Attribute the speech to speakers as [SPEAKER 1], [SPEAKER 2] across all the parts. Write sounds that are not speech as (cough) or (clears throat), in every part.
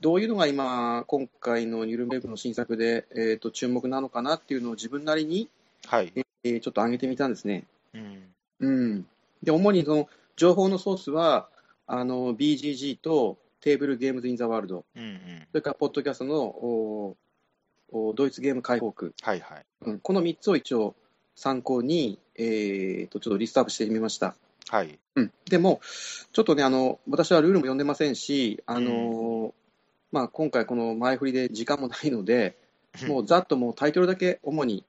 [SPEAKER 1] どういうのが今、今回のニュルンベルクの新作で、えー、と注目なのかなっていうのを自分なりに、
[SPEAKER 2] はい。
[SPEAKER 1] えーちょっと上げてみたんですね。
[SPEAKER 2] うん。
[SPEAKER 1] うん、で主にその情報のソースはあの BGG とテーブルゲームズ・イン・ザ・ワールド、
[SPEAKER 2] うんうん。
[SPEAKER 1] それからポッドキャストのおおドイツゲーム解放区、
[SPEAKER 2] はいはい。
[SPEAKER 1] うん、この3つを一応参考に、えー、とちょっとリストアップしてみました。
[SPEAKER 2] はい。
[SPEAKER 1] うん、でも、ちょっとねあの、私はルールも読んでませんし、あのまあ、今回、この前振りで時間もないので、もうざっともうタイトルだけ主に、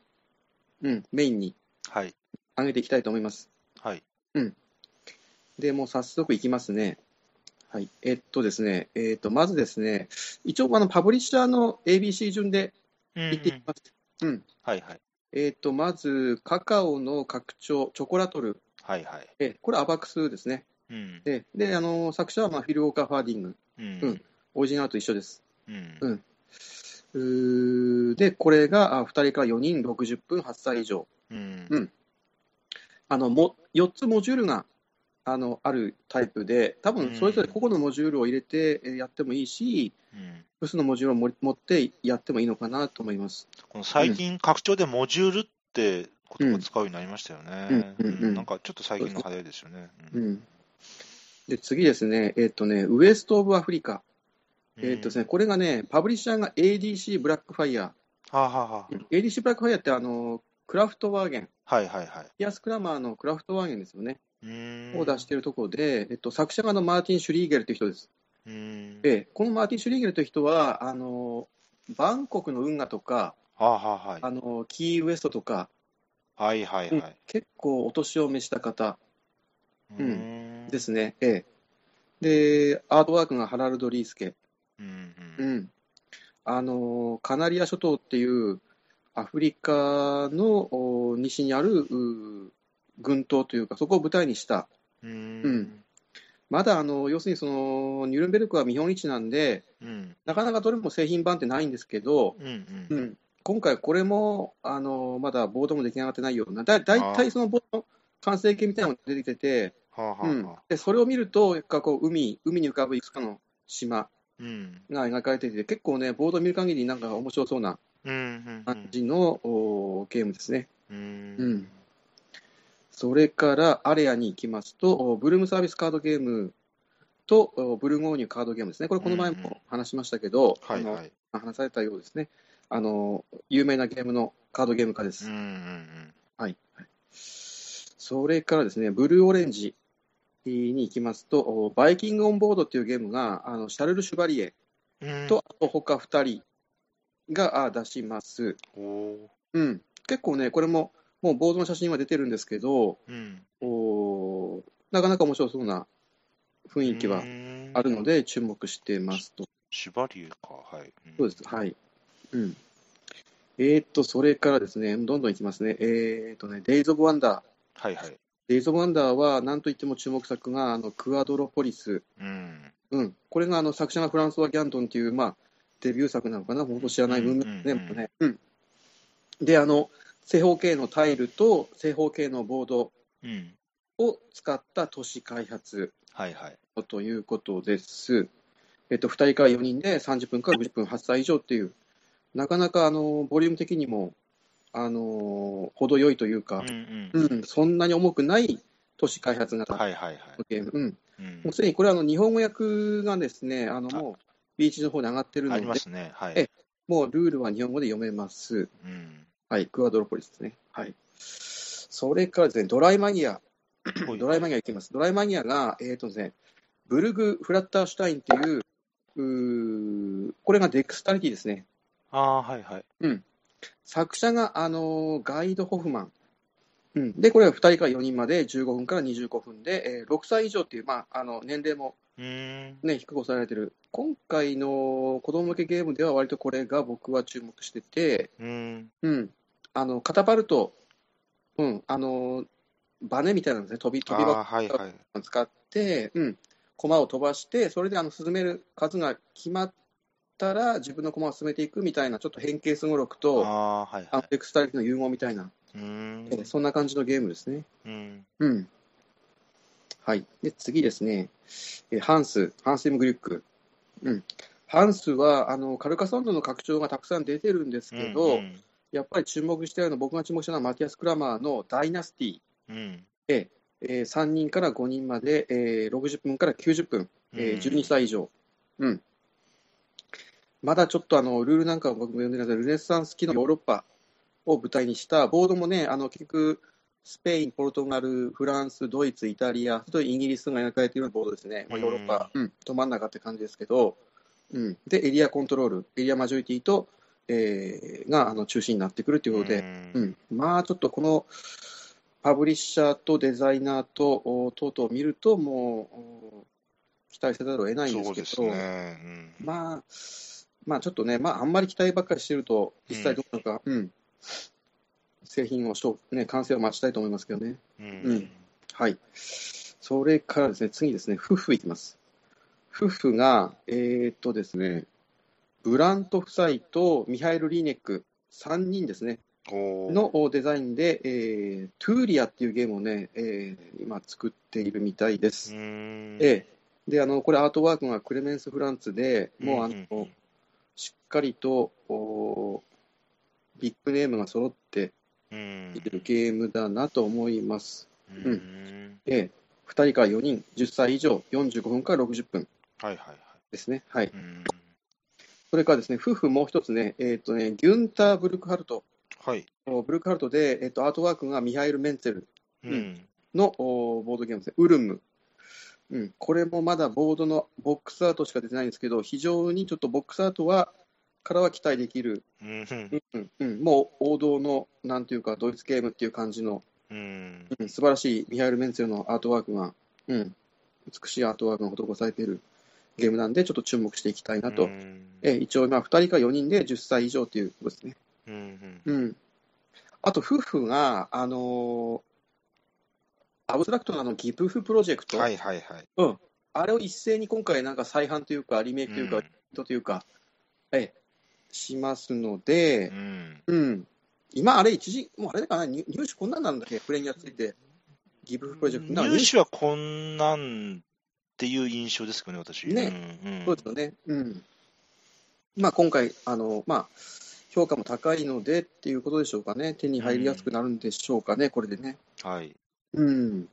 [SPEAKER 1] うん、メインに
[SPEAKER 2] (laughs) はい。
[SPEAKER 1] 上げていきたいと思います。
[SPEAKER 2] はい。
[SPEAKER 1] で、もう早速いきますね。はい、えっとですね、えっと、まずですね、一応、あのパブリッシャーの ABC 順で
[SPEAKER 2] うんう
[SPEAKER 1] いっていき
[SPEAKER 2] ん
[SPEAKER 1] ます。
[SPEAKER 2] はいはい。
[SPEAKER 1] えっと、まず、カカオの拡張、チョコラトル、
[SPEAKER 2] はいはい。
[SPEAKER 1] えこれ、アバクスですね。
[SPEAKER 2] うん。
[SPEAKER 1] で、であの作者は、まあ、フィル・ウォーカー・ファーディング、
[SPEAKER 2] うん
[SPEAKER 1] うんオリジナルと一緒です。
[SPEAKER 2] うん。
[SPEAKER 1] うんうーで、これがあ2人から4人、60分、8歳以上、
[SPEAKER 2] うん
[SPEAKER 1] うんあのも4つモジュールがあのあるタイプで、多分それぞれ個々のモジュールを入れてえーやってもいいし、
[SPEAKER 2] うん
[SPEAKER 1] 複数のモジュールをもり持ってやってもいいのかなと思います。
[SPEAKER 2] この最近、拡張でモジュールって言葉使うようになりましたよね。
[SPEAKER 1] うんうんうん
[SPEAKER 2] なんかちょっと最近の流行りですよね。
[SPEAKER 1] う
[SPEAKER 2] うん
[SPEAKER 1] ん、で次ですね、えっとね、ウエスト・オブ・アフリカ、えっとですね、これがね、パブリッシャーが ADC ブラックファイヤ
[SPEAKER 2] はあはあは
[SPEAKER 1] ー、ADC ブラックファイヤーってあのクラフトワーゲン、
[SPEAKER 2] あはいはいはい。
[SPEAKER 1] ピアス・クラマーのクラフトワーゲンですよね。
[SPEAKER 2] うん
[SPEAKER 1] を出しているところで、えっと、作者側のマーティン・シュリーゲルという人です。
[SPEAKER 2] うん。
[SPEAKER 1] で、このマーティン・シュリーゲルという人は、あのバンコクの運河とか、
[SPEAKER 2] はあはあはい。
[SPEAKER 1] あのキーウエストとか、
[SPEAKER 2] はいはいはい。
[SPEAKER 1] 結構お年を召した方
[SPEAKER 2] う
[SPEAKER 1] うん
[SPEAKER 2] ん
[SPEAKER 1] ですね、ええ、で、アートワークがハラルド・リースケ、
[SPEAKER 2] うんう
[SPEAKER 1] うんんあのカナリア諸島っていうアフリカのお西にあるう群島というか、そこを舞台にした
[SPEAKER 2] う
[SPEAKER 1] うんんまだあの要するにそのニュルンベルクは見本市なんで、
[SPEAKER 2] うん
[SPEAKER 1] なかなかどれも製品版ってないんですけど、
[SPEAKER 2] うん
[SPEAKER 1] う
[SPEAKER 2] う
[SPEAKER 1] んん、今回これもあのまだボードも出来上がってないような、だだいたいそのボードの完成形みたいなのが出てきてて、
[SPEAKER 2] はあはあ
[SPEAKER 1] うん
[SPEAKER 2] はあ、
[SPEAKER 1] でそれを見ると、やっぱこう海海に浮かぶいくつかの島
[SPEAKER 2] うん
[SPEAKER 1] が描かれていて、結構ね、ボードを見る限り、なんか面白そうな
[SPEAKER 2] うんうんう
[SPEAKER 1] 感
[SPEAKER 2] ん
[SPEAKER 1] じの、おゲームですね。
[SPEAKER 2] うん
[SPEAKER 1] うんそれからアレアに行きますと、おブルームサービスカードゲームとおブルゴーニュカードゲームですね、これ、この前
[SPEAKER 2] うんうん
[SPEAKER 1] も話しましたけど、
[SPEAKER 2] はい
[SPEAKER 1] あの
[SPEAKER 2] はい
[SPEAKER 1] 話されたようですね、あの有名なゲームのカードゲーム化で
[SPEAKER 2] うん
[SPEAKER 1] す。
[SPEAKER 2] うんうん
[SPEAKER 1] はい、それからですね、ブルーオレンジに行きますと、おバイキングオンボードっていうゲームが、あのシャルル・シュバリエ
[SPEAKER 2] うん
[SPEAKER 1] と、あと他2人があ出します。
[SPEAKER 2] おお
[SPEAKER 1] うん、結構ね、これも、もうボードの写真は出てるんですけど、
[SPEAKER 2] うん
[SPEAKER 1] おーなかなか面白そうな雰囲気はあるの
[SPEAKER 2] で
[SPEAKER 1] で、注目してますと。
[SPEAKER 2] シュバリューかはいん
[SPEAKER 1] そうです。はい。うん。えーっと、それからですね、どんどんいきますね。えーっとね、デイズ・オブ・ワンダー。
[SPEAKER 2] はいはい
[SPEAKER 1] デイズ・オブ・ワンダーは、なんといっても注目作が、あの、クアドロポリス。
[SPEAKER 2] うん
[SPEAKER 1] うん。これが、あの、作者がフランソワ・ギャントンっていう、まあ、デビュー作なのかな。本当知らない文脈ですね、
[SPEAKER 2] うんうんうん
[SPEAKER 1] もうね。うん。で、あの、正方形のタイルと正方形のボード
[SPEAKER 2] うん
[SPEAKER 1] を使った都市開発
[SPEAKER 2] はいはい
[SPEAKER 1] ということです。えっと、2人から4人で30分から50分、8歳以上っていう、なかなかあのボリューム的にも、あの程よいというか、
[SPEAKER 2] うん
[SPEAKER 1] うんそんなに重くない都市開発型の
[SPEAKER 2] はいはいはい
[SPEAKER 1] ゲーム、うん
[SPEAKER 2] うん
[SPEAKER 1] もうすでにこれはあの日本語訳がですね、あの
[SPEAKER 2] あ
[SPEAKER 1] もうビーチの方に上がってる
[SPEAKER 2] あ
[SPEAKER 1] の
[SPEAKER 2] りま
[SPEAKER 1] で、
[SPEAKER 2] すねは
[SPEAKER 1] え
[SPEAKER 2] い
[SPEAKER 1] えもうルールは日本語で読めます。 (coughs)
[SPEAKER 2] うん
[SPEAKER 1] はい、クアドロポリスですね。はい、それからですね、ドライマギア。ドライマ
[SPEAKER 2] ギ
[SPEAKER 1] ギアいきます。ドライマギアが、えーとですね、ブルグ・フラッターシュタインっていう、うーこれがデックスタリティですね。
[SPEAKER 2] ああーはいはい
[SPEAKER 1] 作者が、あのーガイド・ホフマン。うん、で、これが2人から4人まで15分から25分で、えー6歳以上っていう、まあ、あの年齢も、
[SPEAKER 2] うん
[SPEAKER 1] ね、低く抑えられてる。今回の子供向けゲームでは割とこれが僕は注目してて、
[SPEAKER 2] うん
[SPEAKER 1] うん、あのカタパルト、うん、あのーバネみたいなのですね、飛び飛び箱
[SPEAKER 2] あーはいはい
[SPEAKER 1] 使って、うん、駒を飛ばして、それであの進める数が決まったら、自分の駒を進めていくみたいな、ちょっと変形すごろく
[SPEAKER 2] あ
[SPEAKER 1] と、
[SPEAKER 2] あはい
[SPEAKER 1] アン
[SPEAKER 2] は
[SPEAKER 1] テックスタイルの融合みたいな、
[SPEAKER 2] いうん
[SPEAKER 1] えーそんな感じのゲームですね。
[SPEAKER 2] うん
[SPEAKER 1] うんはい、で次ですね、えーハンス、ハンス・エム・グリュック。うん、ハンスはあのカルカソンヌの拡張がたくさん出てるんですけど、
[SPEAKER 2] うん
[SPEAKER 1] やっぱり注目したような、僕が注目したのはマティアス・クラマーのダイナスティ、
[SPEAKER 2] うん
[SPEAKER 1] えー3人から5人まで、えー60分から90分、
[SPEAKER 2] うん
[SPEAKER 1] えー12歳以上、うんまだちょっとあのルールなんかを僕も読んでないですけどルネサンス期のヨーロッパを舞台にした、ボードもね、あの結局、スペイン、ポルトガル、フランス、ドイツ、イタリア、それとイギリスが描かれているようなボードですね、まあ、ヨーロッパ、うん、ど真ん中って感じですけど、うん、でエリアコントロール、エリアマジョリティと、えーがあの中心になってくるということで、
[SPEAKER 2] うん
[SPEAKER 1] うん、まあちょっとこのパブリッシャーとデザイナーとお等々を見ると、もうお期待せざるを得ないん
[SPEAKER 2] そう
[SPEAKER 1] で
[SPEAKER 2] ですす
[SPEAKER 1] けど、
[SPEAKER 2] ね。うん
[SPEAKER 1] まあ、まあちょっとね、まあ、あんまり期待ばっかりしてると、実際どうなるか、うん製品をしょ、ね、完成を待ちたいと思いますけどね。
[SPEAKER 2] うん
[SPEAKER 1] うんはい。それからですね、次ですね、夫婦いきます。夫婦が、えーっとですね、ブラント夫妻とミハイル・リーネック、3人ですね、
[SPEAKER 2] おー
[SPEAKER 1] のデザインで、えートゥーリアっていうゲームをね、えー今作っているみたいで
[SPEAKER 2] う
[SPEAKER 1] す。
[SPEAKER 2] ん
[SPEAKER 1] ええで、あの、これアートワークがクレメンス・フランツで、もうあの、
[SPEAKER 2] んん
[SPEAKER 1] しっかりと、おービッグネームが揃って
[SPEAKER 2] うん
[SPEAKER 1] いるゲームだなと思います。
[SPEAKER 2] うん
[SPEAKER 1] うええ2人から4人、10歳以上、45分から60分
[SPEAKER 2] はいはいはい。
[SPEAKER 1] ですね。はい。
[SPEAKER 2] うん
[SPEAKER 1] それからですね、夫婦もう一つね、えーっとね、ギュンター・ブルクハルト、
[SPEAKER 2] はい。
[SPEAKER 1] おブルクハルトで、えーっと、アートワークがミハイル・メンツェル
[SPEAKER 2] うん
[SPEAKER 1] のおーボードゲームですね、ウルム。うん、これもまだボードのボックスアートしか出てないんですけど、非常にちょっとボックスアートはからは期待できる、
[SPEAKER 2] うん
[SPEAKER 1] うんうん、もう王道の、なんていうか、ドイツゲームっていう感じの、
[SPEAKER 2] うん
[SPEAKER 1] うん、素晴らしいミハイル・メンツェルのアートワークが、うん、美しいアートワークが施されているゲームなんで、ちょっと注目していきたいなと、
[SPEAKER 2] うん
[SPEAKER 1] え一応、今、2人か4人で10歳以上ということですね。
[SPEAKER 2] うん
[SPEAKER 1] うん、あと、夫婦が、あのーアブストラクトなあのギブフプロジェクト。
[SPEAKER 2] はいはいはい。
[SPEAKER 1] あれを一斉に今回、なんか再販というか、リメイクというか、
[SPEAKER 2] うん
[SPEAKER 1] リトというか、ええ、しますので
[SPEAKER 2] う、ん
[SPEAKER 1] うん、今、あれ、一時、もうあれだから入入手こんなんなんだっけ、プレミアついて、ギブフプロジェクト、なんか
[SPEAKER 2] 入手はこんなんっていう印象ですけどね、私。
[SPEAKER 1] ね
[SPEAKER 2] うんうん
[SPEAKER 1] そうですよね、うんまあ、今回あの、まあ、評価も高いのでっていうことでしょうかね、手に入りやすくなるんでしょうかね、これでね。
[SPEAKER 2] はい。
[SPEAKER 1] うん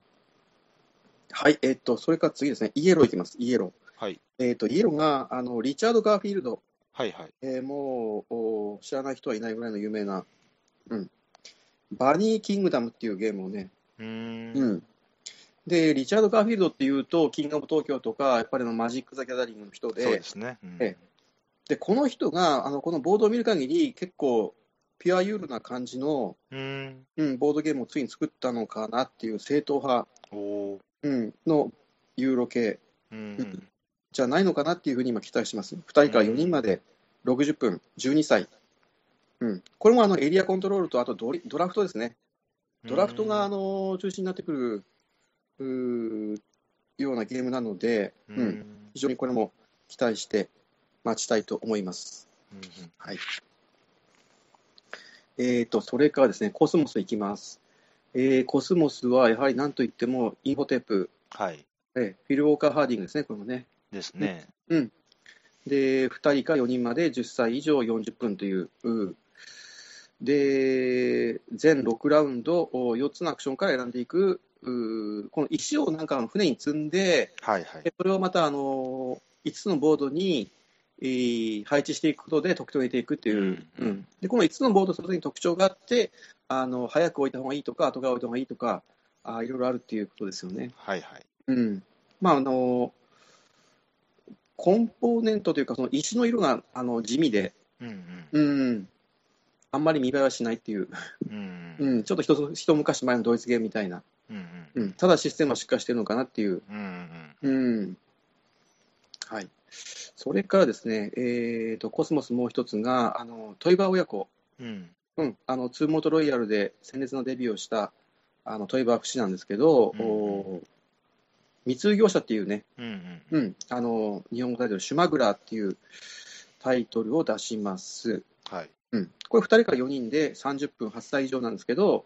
[SPEAKER 1] はい、えっと、それから次ですね、イエローいきます、イエロー。
[SPEAKER 2] はい。
[SPEAKER 1] えっと、イエローが、あの、リチャード・ガーフィールド
[SPEAKER 2] はいはい。
[SPEAKER 1] えーもうお知らない人はいないぐらいの有名な、うん、バニー・キングダムっていうゲームをね、
[SPEAKER 2] うん
[SPEAKER 1] う。ん、でリチャード・ガーフィールドっていうと、キングオブ東京とか、やっぱりあのマジック・ザ・ギャザリングの人
[SPEAKER 2] そう
[SPEAKER 1] で
[SPEAKER 2] で、すね。うん
[SPEAKER 1] えでこの人があのこのボードを見る限り、結構ピュアユールな感じの、
[SPEAKER 2] うん。
[SPEAKER 1] うん、ボードゲームをついに作ったのかなっていう正統派、
[SPEAKER 2] おー
[SPEAKER 1] うん、のユーロ系
[SPEAKER 2] うん。
[SPEAKER 1] じゃないのかなっていうふうに今、期待してます、2人から4人まで60分、12歳、うん、これもあのエリアコントロールと、あとドリドラフトですね、ドラフトがあ
[SPEAKER 2] の、
[SPEAKER 1] の中心になってくるうーようなゲームなので、う
[SPEAKER 2] うんんうん
[SPEAKER 1] 非常にこれも期待して待ちたいと思います。はいえー、とそれからですね、コスモスいきます。えーコスモスはやはりなんといっても、インフォテップ、
[SPEAKER 2] はい。
[SPEAKER 1] えーフィル・ウォーカー・ハーディングですね、これもね。
[SPEAKER 2] ですね。
[SPEAKER 1] で、2人か4人まで10歳以上40分という、うんで、全6ラウンド、お4つのアクションから選んでいく、うこの石をなんかあの船に積んで、
[SPEAKER 2] はいはい
[SPEAKER 1] で。それをまたあの5つのボードに、えー配置していくことで得点を得ていくっていう、
[SPEAKER 2] うん
[SPEAKER 1] でこの5つのボード、それぞれに特徴があってあの、早く置いた方がいいとか、後から置いた方がいいとか、あーいろいろあるっていうことですよね。
[SPEAKER 2] はいはい。
[SPEAKER 1] うん、まああのコンポーネントというかその石の色があの地味で、
[SPEAKER 2] うん
[SPEAKER 1] うん、あんまり見栄えはしないっていう、
[SPEAKER 2] うん。うん
[SPEAKER 1] うん、ちょっと一つ一昔前のドイツゲームみたいな、
[SPEAKER 2] うんう
[SPEAKER 1] うんん、ただシステムはしっかりしてるのかなっていう、
[SPEAKER 2] うんうん
[SPEAKER 1] うんはい、それからですね、えー、とコスモスもう一つがあのトイバー親子、
[SPEAKER 2] うん
[SPEAKER 1] うん、あのツーモートロイヤルで鮮烈なデビューをしたあのトイバー不死なんですけど、
[SPEAKER 2] うん
[SPEAKER 1] お密輸業者っていうね
[SPEAKER 2] うんうんう
[SPEAKER 1] うんん、あの日本語タイトル、シュマグラーっていうタイトルを出します。
[SPEAKER 2] はい。
[SPEAKER 1] うん、これ、2人から4人で30分、8歳以上なんですけど、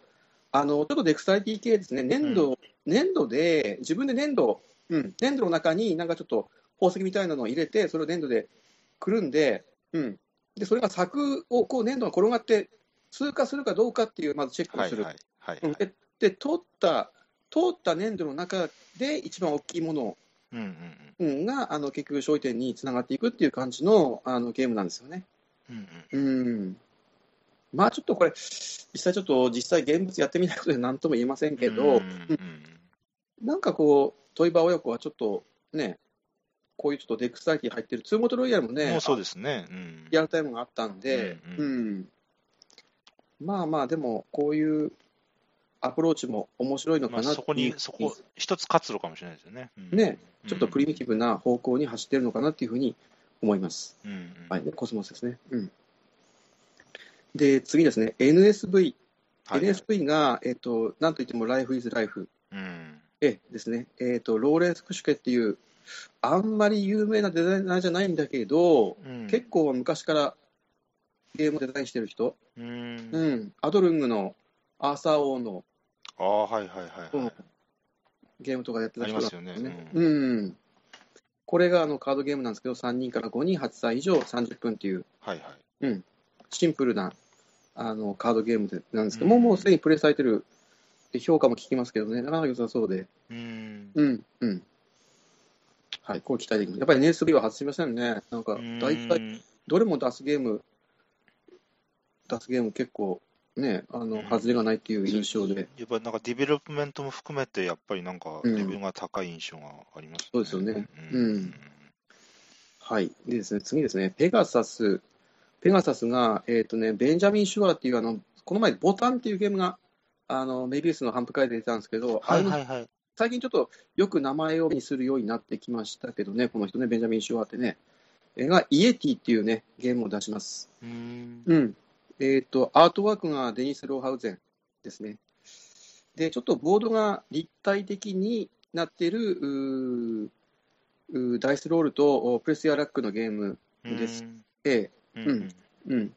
[SPEAKER 1] あのちょっとデクサイティ系ですね、粘土,、粘土で、自分で粘土、うん、粘土の中になんかちょっと宝石みたいなのを入れて、それを粘土でくるんで、うん、でそれが柵をこう粘土が転がって通過するかどうかっていう、まずチェックを
[SPEAKER 2] はい
[SPEAKER 1] する、
[SPEAKER 2] はいはい
[SPEAKER 1] うんでで通った通った粘土の中で一番大きいもの、
[SPEAKER 2] うんうんうん
[SPEAKER 1] うん、があの結局、焦点につながっていくっていう感じのあのゲームなんですよね。
[SPEAKER 2] うんうん
[SPEAKER 1] うんまあちょっとこれ、実際ちょっと実際現物やってみないことで何とも言えませんけど、
[SPEAKER 2] うんうん
[SPEAKER 1] なんかこう、トイバー親子はちょっとね、こういうちょっとデックスタイティ入ってる、ツーモトロイヤルも
[SPEAKER 2] うん
[SPEAKER 1] ね、
[SPEAKER 2] もうそうですね。うん
[SPEAKER 1] リアルタイムがあったんで、
[SPEAKER 2] う
[SPEAKER 1] うんん、
[SPEAKER 2] う
[SPEAKER 1] まあまあ、でもこういうアプローチも面白いのか
[SPEAKER 2] ま
[SPEAKER 1] な
[SPEAKER 2] あ、
[SPEAKER 1] っていう
[SPEAKER 2] そこに、そこ、一つ活路かもしれないですよね。うん
[SPEAKER 1] ねちょっとプリミティブな方向に走ってるのかなっていうふうに思います。
[SPEAKER 2] うんうんうん
[SPEAKER 1] はい、コスモスですね。うん、で、次ですね、NSV。
[SPEAKER 2] はい
[SPEAKER 1] NSV が、えっと、なんといっても Life is Life
[SPEAKER 2] うん
[SPEAKER 1] えですね、えっと、ローレンス・クシュケっていう、あんまり有名なデザイナーじゃないんだけど、
[SPEAKER 2] うん
[SPEAKER 1] 結構昔からゲームをデザインしてる人、
[SPEAKER 2] うん
[SPEAKER 1] うんアドルングのアーサー王の
[SPEAKER 2] ああ、はいはいはいはい。
[SPEAKER 1] ゲームとかやってた人なん
[SPEAKER 2] ありますよね
[SPEAKER 1] うんこれがあのカードゲームなんですけど、3人から5人、8歳以上、30分っていう、
[SPEAKER 2] はいはい。
[SPEAKER 1] シンプルなあのカードゲームでなんですけど、
[SPEAKER 2] うん
[SPEAKER 1] もうもうすでにプレイされてるで評価も聞きますけどね、なかなか良さそうで、
[SPEAKER 2] うん。
[SPEAKER 1] うん、うん。はい、こう期待できます。やっぱり NSB は外しませんね。なんか、大体、
[SPEAKER 2] うん
[SPEAKER 1] どれも出すゲーム、出すゲーム結構、ね、あ
[SPEAKER 2] う
[SPEAKER 1] の、
[SPEAKER 2] ん
[SPEAKER 1] 外れがないっていう印象で、
[SPEAKER 2] やっぱりなんかディベロップメントも含めて、やっぱりなんか
[SPEAKER 1] う
[SPEAKER 2] レ
[SPEAKER 1] ん
[SPEAKER 2] ベルが高い印象があります
[SPEAKER 1] そうですよね。
[SPEAKER 2] う
[SPEAKER 1] うんんはい。でですね、次ですね、ペガサス。ペガサスが、えっ、とね、ベンジャミン・シュワーっていう、あの、この前、ボタンっていうゲームが、あの、メビウスの反復会で出たんですけど、
[SPEAKER 2] は
[SPEAKER 1] あ
[SPEAKER 2] い
[SPEAKER 1] れも
[SPEAKER 2] はいはい。
[SPEAKER 1] 最近ちょっとよく名前を目にするようになってきましたけどね、この人ね、ベンジャミン・シュワーってね、えがイエティっていうね、ゲームを出します。
[SPEAKER 2] うん
[SPEAKER 1] うん。えっ、と、アートワークがデニス・ローハウゼンですね。で、ちょっとボードが立体的になっている、うーうーダイスロールとおプレスやラックのゲームですで、
[SPEAKER 2] うん
[SPEAKER 1] うん。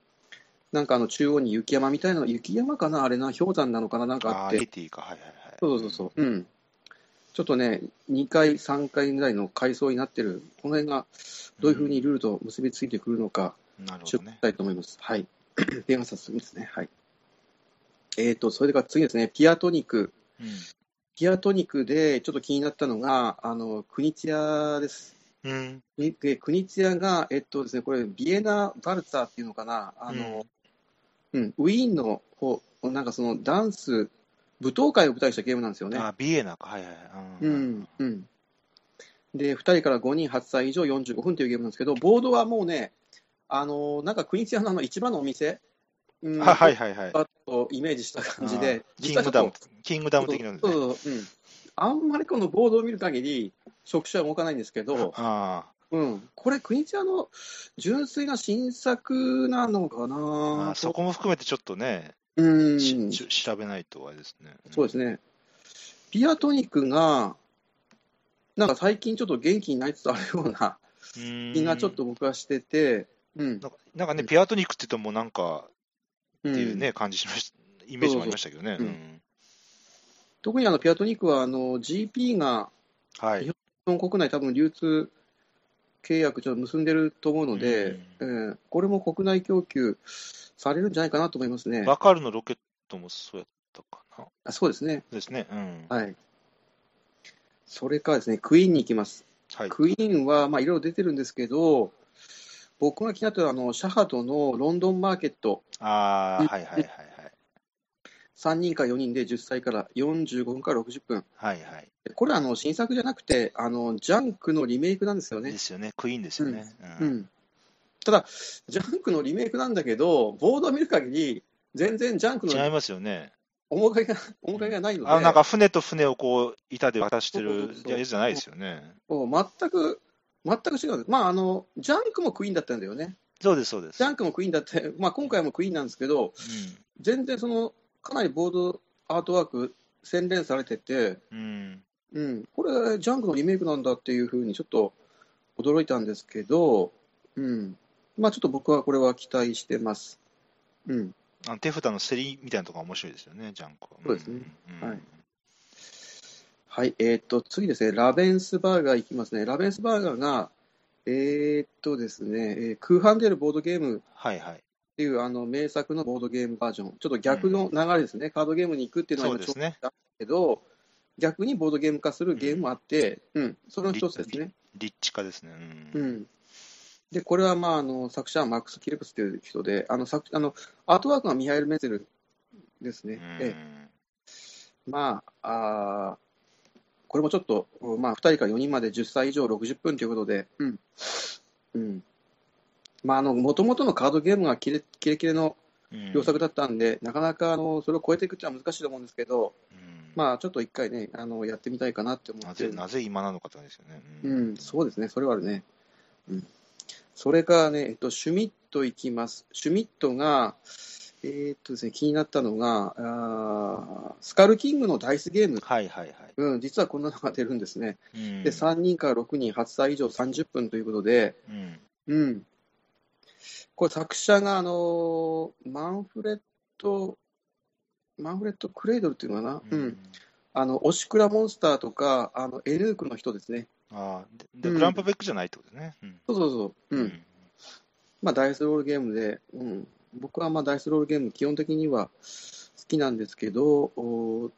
[SPEAKER 1] なんかあの中央に雪山みたいなの、雪山かなあれな、氷山なのかななんかあっ
[SPEAKER 2] あー
[SPEAKER 1] て
[SPEAKER 2] エ。ティか、はいはいはい。
[SPEAKER 1] そうそうそうそう、うん、ちょっとね、2回、3回ぐらいの階層になってる、この辺がどういうふうにルールと結びついてくるのか、
[SPEAKER 2] うん。なるほ
[SPEAKER 1] 注
[SPEAKER 2] ど
[SPEAKER 1] 目し
[SPEAKER 2] ね。
[SPEAKER 1] たいと思います。はい。 (clears throat) ペガサスですね。はい。えーと、それから次ですね、ピアトニク。ピアトニクでちょっと気になったのが、あの、クニツヤです。
[SPEAKER 2] うんうん。
[SPEAKER 1] ででクニツヤが、えっとですね、これ、ビエナ・バルツァーっていうのかな、あの、うん、ウィーンの方、なんかそのダンス、舞踏会を舞台にしたゲームなんですよね。
[SPEAKER 2] あー、ビエナか、はいはいはい。
[SPEAKER 1] う
[SPEAKER 2] うん
[SPEAKER 1] んうんで、2人から5人、8歳以上45分というゲームなんですけど、ボードはもうね、あのーなんか国津屋のあの市場のお店、うん、
[SPEAKER 2] あはいはいはい。
[SPEAKER 1] バッとイメージした感じで、
[SPEAKER 2] あーキングダム、キングダム的
[SPEAKER 1] な
[SPEAKER 2] なんん
[SPEAKER 1] そ
[SPEAKER 2] で
[SPEAKER 1] う
[SPEAKER 2] すね。
[SPEAKER 1] そうそう、うん、あんまりこのボードを見る限り、触手は動かないんですけど、
[SPEAKER 2] あ
[SPEAKER 1] うん、これ、国津屋の純粋な新作なのか
[SPEAKER 2] ーあ
[SPEAKER 1] な
[SPEAKER 2] ー、そこも含めてちょっとね、
[SPEAKER 1] うん、
[SPEAKER 2] しし調べないとあれですね。
[SPEAKER 1] そうですね。ピアトニックが、なんか最近ちょっと元気になりつつあるような
[SPEAKER 2] ね
[SPEAKER 1] 気がちょっと僕はしてて、うん。
[SPEAKER 2] なんかなんかね、ピアトニックって言っても、なんか
[SPEAKER 1] うん
[SPEAKER 2] っていうね、感じしました、イメージもありましたけどね。
[SPEAKER 1] そううそうん特にあのピアトニックはあの GP が
[SPEAKER 2] はい。
[SPEAKER 1] 日本国内多分流通契約ちょっと結んでると思うので、えーこれも国内供給されるんじゃないかなと思いますね。
[SPEAKER 2] バカルのロケットもそうやったかな。
[SPEAKER 1] あそうですね。
[SPEAKER 2] ですね。うん。
[SPEAKER 1] はい。それからですね、クイーンに行きます。
[SPEAKER 2] はい。
[SPEAKER 1] クイーンは、まあ、いろいろ出てるんですけど、僕が気になったのは、あのシャハトのロンドンマーケット、
[SPEAKER 2] ああ、
[SPEAKER 1] うん
[SPEAKER 2] はいはいはいはい。
[SPEAKER 1] 3人か4人で10歳から45分から60分。
[SPEAKER 2] はいはい。
[SPEAKER 1] でこれ、あの、新作じゃなくて、あの、ジャンクのリメイクなんですよ
[SPEAKER 2] で
[SPEAKER 1] ね。
[SPEAKER 2] すよね。クイーンですよね。
[SPEAKER 1] う
[SPEAKER 2] うん
[SPEAKER 1] ん。ただ、ジャンクのリメイクなんだけど、ボードを見る限り、全然ジャンク
[SPEAKER 2] 違い
[SPEAKER 1] の
[SPEAKER 2] ますよね。
[SPEAKER 1] 面影が、面影がないので、
[SPEAKER 2] あなんか船と船をこう、板で渡してる
[SPEAKER 1] そうそうそう
[SPEAKER 2] やつじゃないですよね。
[SPEAKER 1] もう全く、全く違うんです。まあ、あの、ジャンクもクイーンだったんだよね。
[SPEAKER 2] そうです、そうです。
[SPEAKER 1] ジャンクもクイーンだって、 (laughs) まあ、今回もクイーンなんですけど、全然そのかなりボードアートワーク洗練されてて、
[SPEAKER 2] うん。うん。
[SPEAKER 1] うん、これジャンクのリメイクなんだっていうふうにちょっと驚いたんですけど、うん、まあちょっと僕はこれは期待してます。うん、
[SPEAKER 2] あの手札の競りみたいなとこが面白いですよね、ジャンクは。
[SPEAKER 1] そうですね
[SPEAKER 2] うん。
[SPEAKER 1] はいはい、えーっと次ですね、ラベンスバーガーいきますね。ラベンスバーガーが、えーっとですね、えー空版であるボードゲームっ
[SPEAKER 2] はいはい。
[SPEAKER 1] ていうあの名作のボードゲームバージョン、ちょっと逆の流れですね、カードゲームに行くっていうのは
[SPEAKER 2] そう
[SPEAKER 1] 今
[SPEAKER 2] で
[SPEAKER 1] ちょっと
[SPEAKER 2] すね。
[SPEAKER 1] けど、逆にボードゲーム化するゲームもあって、うん、それの一つですね。
[SPEAKER 2] 立地化ですね。う。
[SPEAKER 1] うんん、で、これはまああの作者はマックス・キルプスという人で、あの作あのアートワークはミハイル・メゼルですね。
[SPEAKER 2] うん
[SPEAKER 1] ええまあ、あーこれもちょっと、うんまあ、2人から4人まで10歳以上60分ということで、うん。うん。まあ、あの、もともとのカードゲームがキレキレキレの
[SPEAKER 2] うん
[SPEAKER 1] 良作だったんで、なかなか、あの、それを超えていくっていうのは難しいと思うんですけど、
[SPEAKER 2] うん
[SPEAKER 1] まあ、ちょっと一回ね、あの、やってみたいかなって思っ
[SPEAKER 2] な
[SPEAKER 1] て
[SPEAKER 2] ぜ、
[SPEAKER 1] る。
[SPEAKER 2] なぜ今なのかって話ですよね。
[SPEAKER 1] うん、そうですね、それはあるね。うん。それからね、えっと、シュミットいきます。シュミットが、えーっとですね、気になったのが、あースカルキングのダイスゲーム
[SPEAKER 2] はいはいはい。
[SPEAKER 1] うん、実はこんなのが出るんですね。
[SPEAKER 2] うん
[SPEAKER 1] で、3人から6人、8歳以上30分ということで、
[SPEAKER 2] うん
[SPEAKER 1] うん。これ作者が、あのーマンフレッド、マンフレッド・クレイドルっていうのかな、
[SPEAKER 2] う
[SPEAKER 1] うんん、あの、オシクラモンスターとか、あの、エヌークの人ですね。
[SPEAKER 2] ああ、で、
[SPEAKER 1] う
[SPEAKER 2] で
[SPEAKER 1] ん
[SPEAKER 2] グランパベックじゃないってことですね。うん
[SPEAKER 1] そうそうそう。うん。まあ、ダイスロールゲームで、うん。僕はまあ、ダイスロールゲーム、基本的には好きなんですけど、おー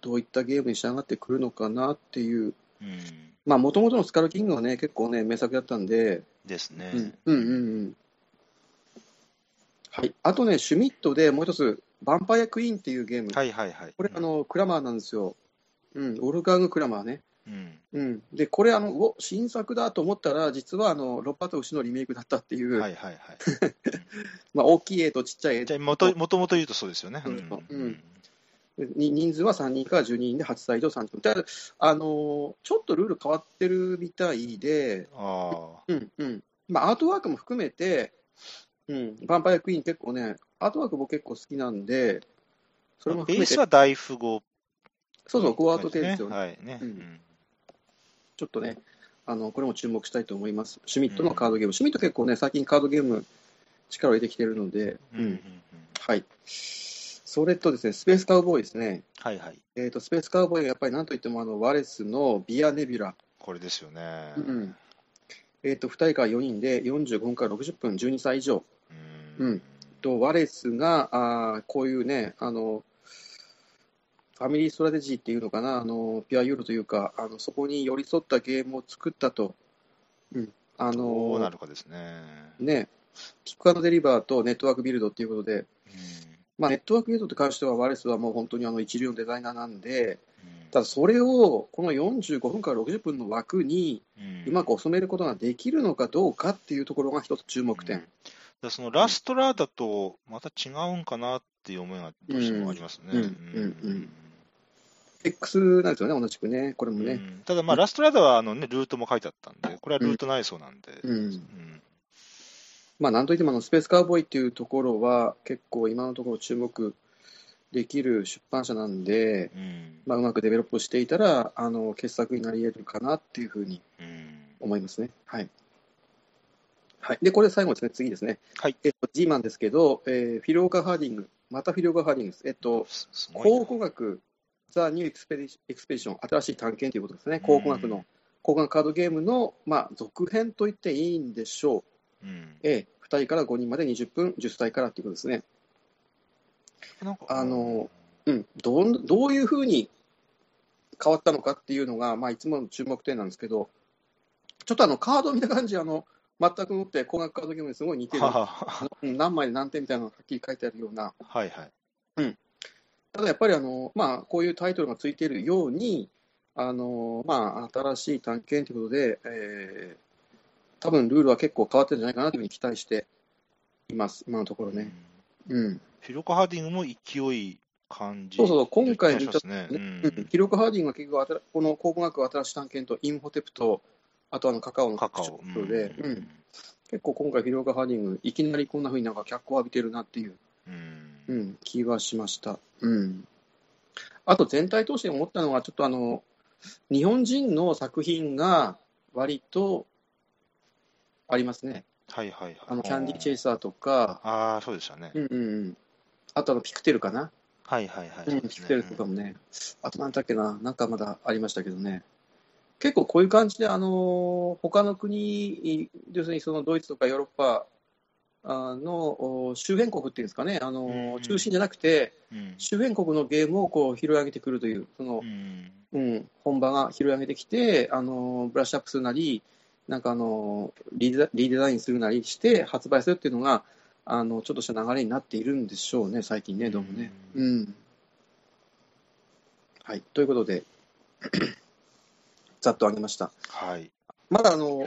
[SPEAKER 1] どういったゲームに仕上がってくるのかなっていう、
[SPEAKER 2] うん
[SPEAKER 1] まあ、もともとのスカルキングはね、結構ね、名作だったんで、
[SPEAKER 2] ですね。
[SPEAKER 1] うんうんうんうんはい、あとね、シュミットでもう一つ、ヴァンパイアクイーンっていうゲーム、
[SPEAKER 2] はいはいはい。
[SPEAKER 1] これ、あの、クラマーなんですよ。うん、オルガング・クラマーね。
[SPEAKER 2] うん、
[SPEAKER 1] うん、で、これあの、うお新作だと思ったら、実はあのロッパと牛のリメイクだったっていう、
[SPEAKER 2] はいはいはい。
[SPEAKER 1] まあ、大きい絵とちっちゃい絵
[SPEAKER 2] (laughs) じゃあ、もともともと言うとそうですよね。
[SPEAKER 1] うん
[SPEAKER 2] うん
[SPEAKER 1] に人数は3人から12人で8歳以上3人。ただ、あのーちょっとルール変わってるみたいで、
[SPEAKER 2] あ
[SPEAKER 1] うんうんまあ、アートワークも含めて、うん、ヴァンパイアクイーン結構ね、アートワーク僕結構好きなんで、それも
[SPEAKER 2] あ、ベ
[SPEAKER 1] 含
[SPEAKER 2] ー
[SPEAKER 1] めて、
[SPEAKER 2] スは大富豪
[SPEAKER 1] そうそう、ゴーアートテイですよね、
[SPEAKER 2] はいね。
[SPEAKER 1] う
[SPEAKER 2] うんん
[SPEAKER 1] ちょっとねあの、これも注目したいと思います。シュミットのカードゲーム、シュミット結構ね、最近カードゲーム、力を入れてきてるので、
[SPEAKER 2] う
[SPEAKER 1] うんん
[SPEAKER 2] うんうん
[SPEAKER 1] はい、それとですね、スペースカウボーイですね、
[SPEAKER 2] はいはい。
[SPEAKER 1] えー、とスペースカウボーイはやっぱりなんといってもあの、ワレスのビアネビュラ、
[SPEAKER 2] これですよね。
[SPEAKER 1] うんえー、と2人から4人で45分から60分、12歳以上。
[SPEAKER 2] う
[SPEAKER 1] うんんとワレスがあーこういうねあのファミリーストラテジーっていうのかなあのピュアユーロというかあのそこに寄り添ったゲームを作ったと、うん、あ
[SPEAKER 2] どうな
[SPEAKER 1] の
[SPEAKER 2] るかですね。
[SPEAKER 1] ねピックアンドデリバーとネットワークビルドっていうことで、まあ、ネットワークビルドに関してはワレスはもう本当にあの一流のデザイナーなんでただそれをこの45分から60分の枠にうま
[SPEAKER 2] く
[SPEAKER 1] く収めることができるのかどうかっていうところが一つ注目
[SPEAKER 2] うん
[SPEAKER 1] 点
[SPEAKER 2] だ、からそのラストラーだとまた違うんかなっていう思いがどうしてもありますね。
[SPEAKER 1] うんうんうんうんエッ X なんですよね同じくねこれも
[SPEAKER 2] う
[SPEAKER 1] ね、
[SPEAKER 2] んただまあラストラーダはあのねルートも書いてあったんで、これはルート内装なんで。
[SPEAKER 1] うん
[SPEAKER 2] うん
[SPEAKER 1] まあ、なんといってもあのスペースカウボーイっていうところは結構今のところ注目できる出版社なんで、
[SPEAKER 2] うん
[SPEAKER 1] まあ、うまくデベロップしていたらあの傑作になり得るかなっていうふうに
[SPEAKER 2] うん
[SPEAKER 1] 思いますね。はいはい、でこれ最後ですね、次ですね、
[SPEAKER 2] はい、
[SPEAKER 1] えっと、G マンですけど、えーフィリオカ・ハーディング、またフィリオカ・ハーディングです、えっと、
[SPEAKER 2] すすごい
[SPEAKER 1] 考
[SPEAKER 2] な
[SPEAKER 1] 古学、ザ・ニューエクスペディ・エクスペディション、新しい探検ということですね、考古学の、考古学カードゲームの、まあ、続編と言っていいんでしょう。
[SPEAKER 2] うん
[SPEAKER 1] ええ、2人から5人まで20分、10歳からっていうことですね。
[SPEAKER 2] なんか
[SPEAKER 1] あのうん、どんどういうふうに変わったのかっていうのが、まあ、いつもの注目点なんですけど、ちょっとあのカードを見た感じ、あの全くもって高額カードゲームにすごい似て
[SPEAKER 2] (laughs)
[SPEAKER 1] る、
[SPEAKER 2] はは
[SPEAKER 1] うん何枚で何点みたいなのがはっきり書いてあるような、
[SPEAKER 2] はいはい。
[SPEAKER 1] ただやっぱりあの、まあ、こういうタイトルがついているように、あのまあ、新しい探検ということで、えー多分ルールは結構変わってるんじゃないかなというふうに期待しています、今のところ
[SPEAKER 2] う
[SPEAKER 1] ね。
[SPEAKER 2] ん
[SPEAKER 1] うん
[SPEAKER 2] フィロコ・ハーディングも勢い感じ
[SPEAKER 1] そうそうそう今回
[SPEAKER 2] 見
[SPEAKER 1] 見
[SPEAKER 2] た
[SPEAKER 1] た
[SPEAKER 2] しますね。
[SPEAKER 1] うん記録ハーディングは結局あたら、この考古学新しい探検とインフォテプと、あとあのカカオ
[SPEAKER 2] うん
[SPEAKER 1] の
[SPEAKER 2] カカオ。
[SPEAKER 1] 特徴で、うん結構今回、記録ハーディング、いきなりこんなふうになんか脚光を浴びてるなっていう、
[SPEAKER 2] うん
[SPEAKER 1] う。ん、気はしました。うん、あと全体通して思ったのは、ちょっとあの日本人の作品が割とありますね、
[SPEAKER 2] はいはいはい。
[SPEAKER 1] あのキャンディーチェイ
[SPEAKER 2] ス。
[SPEAKER 1] サーとか、
[SPEAKER 2] ああ、そうでしたね。
[SPEAKER 1] うんうんうん、あとあのピクテルかな。
[SPEAKER 2] はいはいはい。
[SPEAKER 1] う
[SPEAKER 2] そ
[SPEAKER 1] ん
[SPEAKER 2] うで
[SPEAKER 1] ピ
[SPEAKER 2] す
[SPEAKER 1] ク
[SPEAKER 2] ね
[SPEAKER 1] テルとかもね、あとなんだっけな、なんかまだありましたけどね、結構こういう感じで、あの他の国、要するにそのドイツとかヨーロッパあのお周辺国っていうんですかね、あの
[SPEAKER 2] うんうん
[SPEAKER 1] 中心じゃなくて、
[SPEAKER 2] うん。
[SPEAKER 1] 周辺国のゲームをこう拾い上げてくるという、その
[SPEAKER 2] うん。
[SPEAKER 1] うん、本場が拾い上げてきて、あのブラッシュアップするなり、なんかあのリデザリデザインするなりして発売するっていうのが、あのちょっとした流れになっているんでしょうね、最近ね、どうもね。
[SPEAKER 2] う
[SPEAKER 1] うんはい、ということで、 (coughs) ざっと上げました。
[SPEAKER 2] はい。
[SPEAKER 1] まだあの